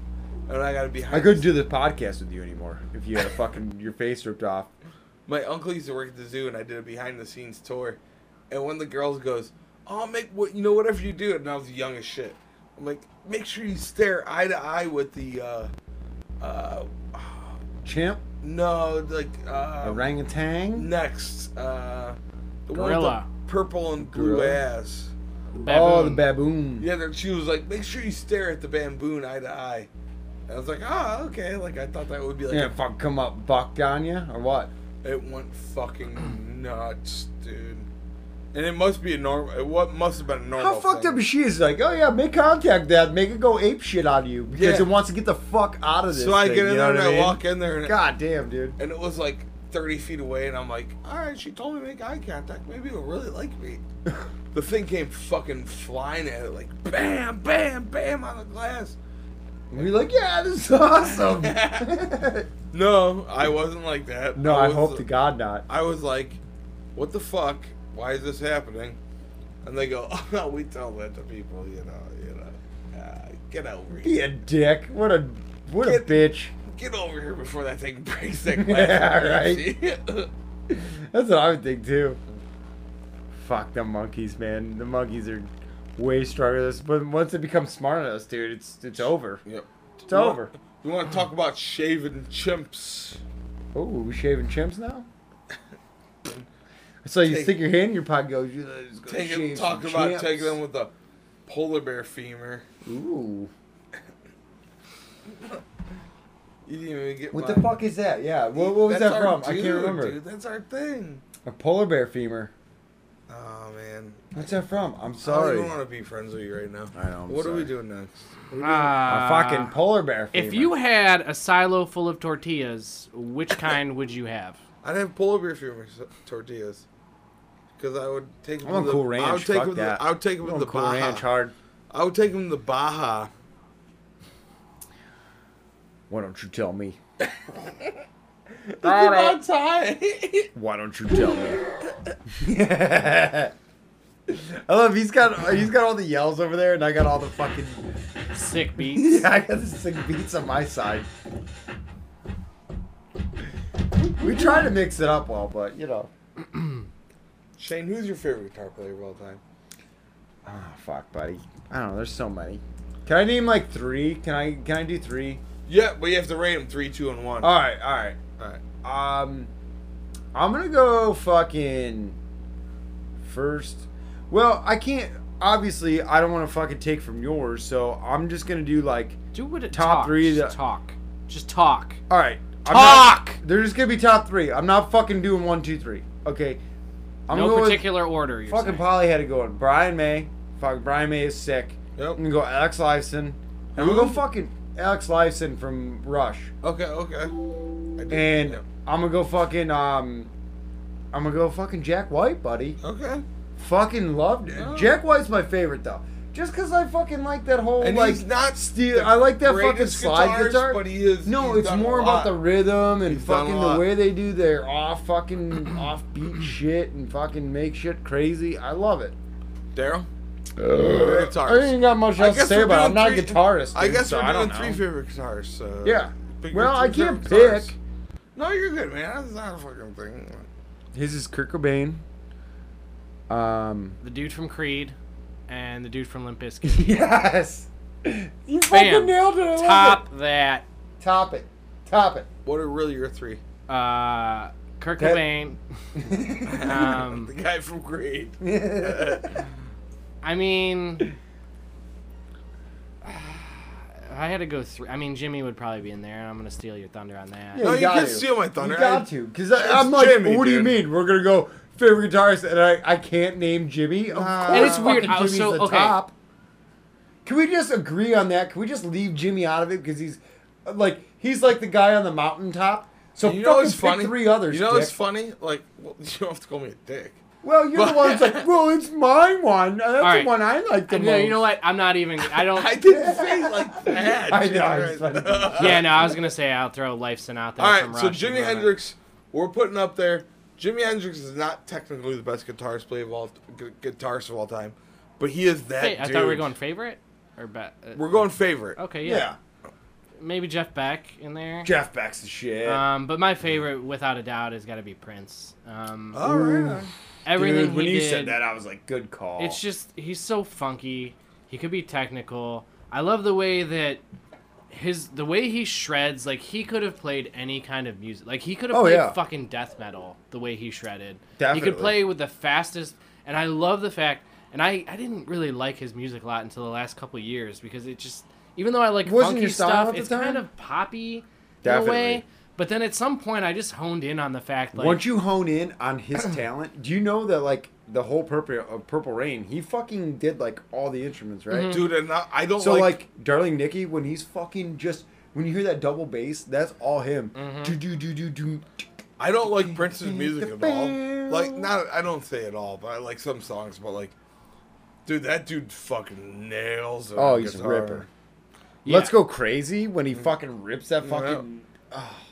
[SPEAKER 3] and I gotta be.
[SPEAKER 5] I couldn't do the podcast with you anymore if you had a fucking your face ripped off.
[SPEAKER 3] My uncle used to work at the zoo, and I did a behind the scenes tour. And one of the girls goes, "I'll make what you know, whatever you do." And I was young as shit. I'm like, make sure you stare eye to eye with the, uh, uh,
[SPEAKER 5] Chimp,
[SPEAKER 3] no, like, uh,
[SPEAKER 5] orangutan.
[SPEAKER 3] next, uh, the one with
[SPEAKER 4] Gorilla.
[SPEAKER 3] the purple and blue
[SPEAKER 5] Gorilla?
[SPEAKER 3] ass.
[SPEAKER 4] on it.
[SPEAKER 5] Oh, the
[SPEAKER 4] Baboon.
[SPEAKER 5] baboon.
[SPEAKER 3] Yeah, that she was like, make sure you stare at the bamboon eye to eye. And I was like, oh, okay. Like I thought that would be like
[SPEAKER 5] Yeah, fuck, come up, bucked on you or what?
[SPEAKER 3] It went fucking nuts, dude. And it must be a normal. It what must have been a normal.
[SPEAKER 5] How fucked
[SPEAKER 3] thing.
[SPEAKER 5] up is she? Is like, oh yeah, make contact, that make it go ape shit on you because
[SPEAKER 3] Yeah.
[SPEAKER 5] it wants to get the fuck out of this.
[SPEAKER 3] So I
[SPEAKER 5] thing,
[SPEAKER 3] get in
[SPEAKER 5] you know
[SPEAKER 3] there and
[SPEAKER 5] what
[SPEAKER 3] I
[SPEAKER 5] mean?
[SPEAKER 3] walk in there, and,
[SPEAKER 5] God damn, dude.
[SPEAKER 3] and it was like thirty feet away, and I'm like, all right, she told me to make eye contact. Maybe it'll really like me. the thing came fucking flying at it, like bam, bam, bam on the glass.
[SPEAKER 5] And we're like, yeah, this is awesome.
[SPEAKER 3] No, I wasn't like that.
[SPEAKER 5] no, I
[SPEAKER 3] was-
[SPEAKER 5] hope to God not.
[SPEAKER 3] I was like, what the fuck? Why is this happening? And they go, oh no, we tell that to people, you know, you know, uh, get over here.
[SPEAKER 5] Be a dick. What a what a
[SPEAKER 3] Get-
[SPEAKER 5] bitch.
[SPEAKER 3] get over here before that thing breaks that glass.
[SPEAKER 5] Yeah,
[SPEAKER 3] right.
[SPEAKER 5] That's what I would think too. Fuck the monkeys, man. The monkeys are way stronger than us. But once they become smart enough, dude, it's it's over.
[SPEAKER 3] yep.
[SPEAKER 5] It's over.
[SPEAKER 3] We want to talk about shaving chimps.
[SPEAKER 5] Oh, we shaving chimps now? So you
[SPEAKER 3] Take-
[SPEAKER 5] stick your hand in your pocket, go. You know, just go
[SPEAKER 3] Take
[SPEAKER 5] shave
[SPEAKER 3] talk
[SPEAKER 5] some
[SPEAKER 3] about
[SPEAKER 5] chimps."
[SPEAKER 3] taking them with a polar bear femur.
[SPEAKER 5] Ooh,
[SPEAKER 3] You didn't even get
[SPEAKER 5] what
[SPEAKER 3] my-
[SPEAKER 5] the fuck is that? Yeah, what, what was
[SPEAKER 3] That's
[SPEAKER 5] that
[SPEAKER 3] our
[SPEAKER 5] from? I
[SPEAKER 3] dude,
[SPEAKER 5] can't remember.
[SPEAKER 3] Dude, that's our thing.
[SPEAKER 5] A polar bear femur.
[SPEAKER 3] Oh man,
[SPEAKER 5] What's that from? I'm
[SPEAKER 3] I
[SPEAKER 5] sorry.
[SPEAKER 3] don't want to be friends with you right now.
[SPEAKER 5] I know, I'm
[SPEAKER 3] what are we
[SPEAKER 5] sorry.
[SPEAKER 3] doing next?
[SPEAKER 5] A
[SPEAKER 4] Ah,
[SPEAKER 5] fucking polar bear femur.
[SPEAKER 4] If you had a silo full of tortillas, which kind would you have?
[SPEAKER 3] I'd have polar bear femur s- tortillas. Cause I would take them.
[SPEAKER 5] I'm on
[SPEAKER 3] to the,
[SPEAKER 5] Cool Ranch.
[SPEAKER 3] I would take
[SPEAKER 5] fuck
[SPEAKER 3] them. to the-
[SPEAKER 5] that.
[SPEAKER 3] I would take them
[SPEAKER 5] I'm
[SPEAKER 3] to
[SPEAKER 5] on
[SPEAKER 3] the
[SPEAKER 5] Cool
[SPEAKER 3] Baja.
[SPEAKER 5] Ranch hard.
[SPEAKER 3] I would take them to the Baja.
[SPEAKER 5] Why don't you tell me?
[SPEAKER 3] About time.
[SPEAKER 5] Why don't you tell me? I love he's got he's got all the yells over there, and I got all the fucking
[SPEAKER 4] Sick beats.
[SPEAKER 5] I got the sick beats on my side. We try to mix it up well, but you know.
[SPEAKER 3] Shane, who's your favorite guitar player of all time?
[SPEAKER 5] Oh, fuck, buddy. I don't know. There's so many. Can I name like three? Can I can I do three?
[SPEAKER 3] Yeah, but you have to rate them three, two, and one.
[SPEAKER 5] All right, all right.
[SPEAKER 3] all right.
[SPEAKER 5] Um, I'm gonna go fucking first. Well, I can't. Obviously, I don't want to fucking take from yours, so I'm just gonna do like.
[SPEAKER 4] Do what it
[SPEAKER 5] Top
[SPEAKER 4] talks.
[SPEAKER 5] three
[SPEAKER 4] Just
[SPEAKER 5] that-
[SPEAKER 4] talk. Just talk.
[SPEAKER 5] All right, I'm not-
[SPEAKER 4] Talk!
[SPEAKER 5] they're just gonna be top three. I'm not fucking doing one, two, three. Okay. I'm
[SPEAKER 4] no
[SPEAKER 5] gonna go with-
[SPEAKER 4] particular order. You're
[SPEAKER 5] fucking
[SPEAKER 4] saying.
[SPEAKER 5] Polly had it going. Brian May. Fuck, Brian May is sick.
[SPEAKER 3] Yep.
[SPEAKER 5] I'm gonna go Alex Lifeson. And we'll go fucking Alex Lifeson from Rush.
[SPEAKER 3] Okay, okay. I did-
[SPEAKER 5] And
[SPEAKER 3] yeah.
[SPEAKER 5] I'm gonna go fucking um, I'm gonna go fucking Jack White, buddy.
[SPEAKER 3] okay,
[SPEAKER 5] Fucking loved it.
[SPEAKER 3] Oh.
[SPEAKER 5] Jack White's my favorite though, just because I fucking like that whole
[SPEAKER 3] and
[SPEAKER 5] Oh, like
[SPEAKER 3] he's not
[SPEAKER 5] steel.
[SPEAKER 3] the
[SPEAKER 5] I like that fucking
[SPEAKER 3] greatest
[SPEAKER 5] slide
[SPEAKER 3] guitarist,
[SPEAKER 5] guitar.
[SPEAKER 3] but he is.
[SPEAKER 5] no,
[SPEAKER 3] he's
[SPEAKER 5] it's
[SPEAKER 3] done a
[SPEAKER 5] more about
[SPEAKER 3] lot.
[SPEAKER 5] the rhythm and
[SPEAKER 3] He's done a
[SPEAKER 5] fucking
[SPEAKER 3] lot.
[SPEAKER 5] the way they do their off fucking offbeat shit and fucking make shit crazy. I love it.
[SPEAKER 3] Daryl.
[SPEAKER 5] I
[SPEAKER 3] favorite guitars.
[SPEAKER 5] ain't got much else to
[SPEAKER 3] guess
[SPEAKER 5] say
[SPEAKER 3] we're
[SPEAKER 5] about it. I'm
[SPEAKER 3] doing
[SPEAKER 5] not a
[SPEAKER 3] three-
[SPEAKER 5] guitarist.
[SPEAKER 3] I
[SPEAKER 5] dude,
[SPEAKER 3] guess
[SPEAKER 5] so
[SPEAKER 3] we're
[SPEAKER 5] I
[SPEAKER 3] doing
[SPEAKER 5] don't
[SPEAKER 3] three
[SPEAKER 5] know.
[SPEAKER 3] favorite guitars. So
[SPEAKER 5] Yeah.
[SPEAKER 3] pick your
[SPEAKER 5] Well, I
[SPEAKER 3] three
[SPEAKER 5] can't
[SPEAKER 3] favorite
[SPEAKER 5] pick.
[SPEAKER 3] guitars. No, you're good, man. That's not a fucking thing.
[SPEAKER 5] His is Kurt Cobain. Um.
[SPEAKER 4] the dude from Creed and the dude from Limp Bizkit.
[SPEAKER 5] Yes. You
[SPEAKER 4] Bam.
[SPEAKER 5] I love
[SPEAKER 4] Top that.
[SPEAKER 5] it. Top it. Top it.
[SPEAKER 3] What are really your three?
[SPEAKER 4] Uh, Kurt
[SPEAKER 5] That-
[SPEAKER 4] Cobain. um,
[SPEAKER 3] The guy from Creed.
[SPEAKER 4] I mean, if I had to go through. I mean, Jimmy would probably be in there, and I'm gonna steal your thunder on that.
[SPEAKER 5] Yeah,
[SPEAKER 3] No,
[SPEAKER 5] you
[SPEAKER 3] you
[SPEAKER 5] got
[SPEAKER 3] can't
[SPEAKER 5] to.
[SPEAKER 3] steal my thunder.
[SPEAKER 5] You got
[SPEAKER 3] I-
[SPEAKER 5] to, because
[SPEAKER 3] It's
[SPEAKER 5] I'm like,
[SPEAKER 3] Jimmy,
[SPEAKER 5] what do you
[SPEAKER 3] dude.
[SPEAKER 5] mean? We're gonna go favorite guitarist, and I, I can't name Jimmy. Of course,
[SPEAKER 4] And it's weird.
[SPEAKER 5] fucking
[SPEAKER 4] I was
[SPEAKER 5] Jimmy's
[SPEAKER 4] so-
[SPEAKER 5] the
[SPEAKER 4] okay.
[SPEAKER 5] top. Can we just agree on that? Can we just leave Jimmy out of it because he's uh, like he's like the guy on the mountaintop. So
[SPEAKER 3] You know
[SPEAKER 5] fucking
[SPEAKER 3] what's
[SPEAKER 5] pick
[SPEAKER 3] funny?
[SPEAKER 5] three others.
[SPEAKER 3] You know
[SPEAKER 5] dick.
[SPEAKER 3] what's funny? Like, well, you don't have to call me a dick.
[SPEAKER 5] well, you're the one that's like, well, it's my one. That's
[SPEAKER 4] right.
[SPEAKER 5] the one I like the
[SPEAKER 4] And
[SPEAKER 5] most.
[SPEAKER 4] then, you know what? I'm not even. I don't.
[SPEAKER 3] I didn't say like that.
[SPEAKER 5] I
[SPEAKER 3] Jesus
[SPEAKER 5] know. it's
[SPEAKER 3] Christ.
[SPEAKER 5] funny.
[SPEAKER 4] yeah, no, I was gonna say I'll throw Lifeson out there.
[SPEAKER 3] All right,
[SPEAKER 4] from
[SPEAKER 3] so
[SPEAKER 4] Rush
[SPEAKER 3] Jimi
[SPEAKER 4] and run it.
[SPEAKER 3] Hendrix, we're putting up there. Jimi Hendrix is not technically the best guitarist play of all gu- guitarist of all time, but he is that.
[SPEAKER 4] Hey, I thought we were
[SPEAKER 3] dude.
[SPEAKER 4] going favorite or bet. uh,
[SPEAKER 3] We're going favorite.
[SPEAKER 4] Okay, yeah.
[SPEAKER 5] yeah,
[SPEAKER 4] Maybe Jeff Beck in there.
[SPEAKER 5] Jeff Beck's the shit.
[SPEAKER 4] Um, but my favorite, without a doubt, has got to be Prince. Um,
[SPEAKER 3] All right.
[SPEAKER 4] everything
[SPEAKER 5] Dude, when
[SPEAKER 4] he
[SPEAKER 5] you
[SPEAKER 4] did,
[SPEAKER 5] said that, I was like, good call.
[SPEAKER 4] it's just he's so funky. He could be technical. I love the way that his the way he shreds. Like he could have played any kind of music. Like he could have
[SPEAKER 5] Oh,
[SPEAKER 4] played
[SPEAKER 5] yeah.
[SPEAKER 4] fucking death metal the way he shredded. He
[SPEAKER 5] Definitely.
[SPEAKER 4] could play with the fastest. And I love the fact. And I I didn't really like his music a lot until the last couple of years because it just even though I like
[SPEAKER 5] Wasn't
[SPEAKER 4] funky
[SPEAKER 5] your style
[SPEAKER 4] stuff,
[SPEAKER 5] at the
[SPEAKER 4] it's
[SPEAKER 5] time?
[SPEAKER 4] kind of poppy in a way.
[SPEAKER 5] Definitely.
[SPEAKER 4] But then at some point, I just honed in on the fact like
[SPEAKER 5] Once you hone in on his talent, do you know that like the whole purple of Purple Rain, he fucking did like all the instruments,
[SPEAKER 4] Mm-hmm.
[SPEAKER 5] right?
[SPEAKER 3] Dude, and I, I don't
[SPEAKER 5] So
[SPEAKER 3] like,
[SPEAKER 5] like, Darling Nikki, when he's fucking just when you hear that double bass, that's all him.
[SPEAKER 4] Mm-hmm.
[SPEAKER 5] Do do do do do.
[SPEAKER 3] I don't like Prince's music at all. Like not I don't say at all, but I like some songs, but like dude, that dude fucking nails. it
[SPEAKER 5] Oh,
[SPEAKER 3] on
[SPEAKER 5] he's a
[SPEAKER 3] guitar.
[SPEAKER 5] ripper.
[SPEAKER 4] Yeah. Mm.
[SPEAKER 5] Let's go crazy when he fucking rips that fucking.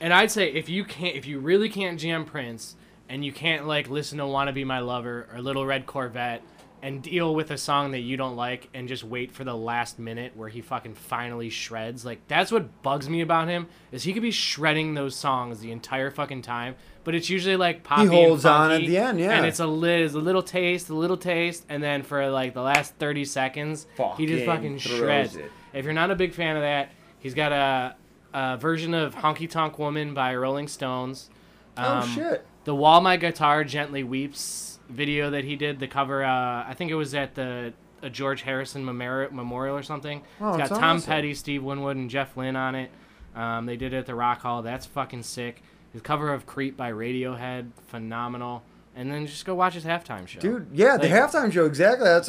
[SPEAKER 4] And I'd say if you can't, if you really can't jam Prince, and you can't like listen to "Wanna Be My Lover" or "Little Red Corvette," and deal with a song that you don't like, and just wait for the last minute where he fucking finally shreds. Like that's what bugs me about him is he could be shredding those songs the entire fucking time, but it's usually like poppy. and
[SPEAKER 5] holds on
[SPEAKER 4] funky,
[SPEAKER 5] at the end, yeah.
[SPEAKER 4] And it's a, li- it's a little taste, a little taste, and then for like the last thirty seconds, he just fucking
[SPEAKER 5] Fucking throws
[SPEAKER 4] shreds.
[SPEAKER 5] it.
[SPEAKER 4] If you're not a big fan of that, he's got a, a version of Honky Tonk Woman by Rolling Stones. Um,
[SPEAKER 5] Oh shit!
[SPEAKER 4] The While My Guitar Gently Weeps video that he did, the cover, uh, I think it was at the a George Harrison memori- memorial or something.
[SPEAKER 5] Oh,
[SPEAKER 4] it's got
[SPEAKER 5] that's
[SPEAKER 4] Tom
[SPEAKER 5] awesome.
[SPEAKER 4] Petty, Steve Winwood, and Jeff Lynne on it. Um, they did it at the Rock Hall. That's fucking sick. His cover of Creep by Radiohead, phenomenal. And then just go watch his halftime show.
[SPEAKER 5] Dude, yeah, the
[SPEAKER 4] Like-
[SPEAKER 5] halftime show exactly. That's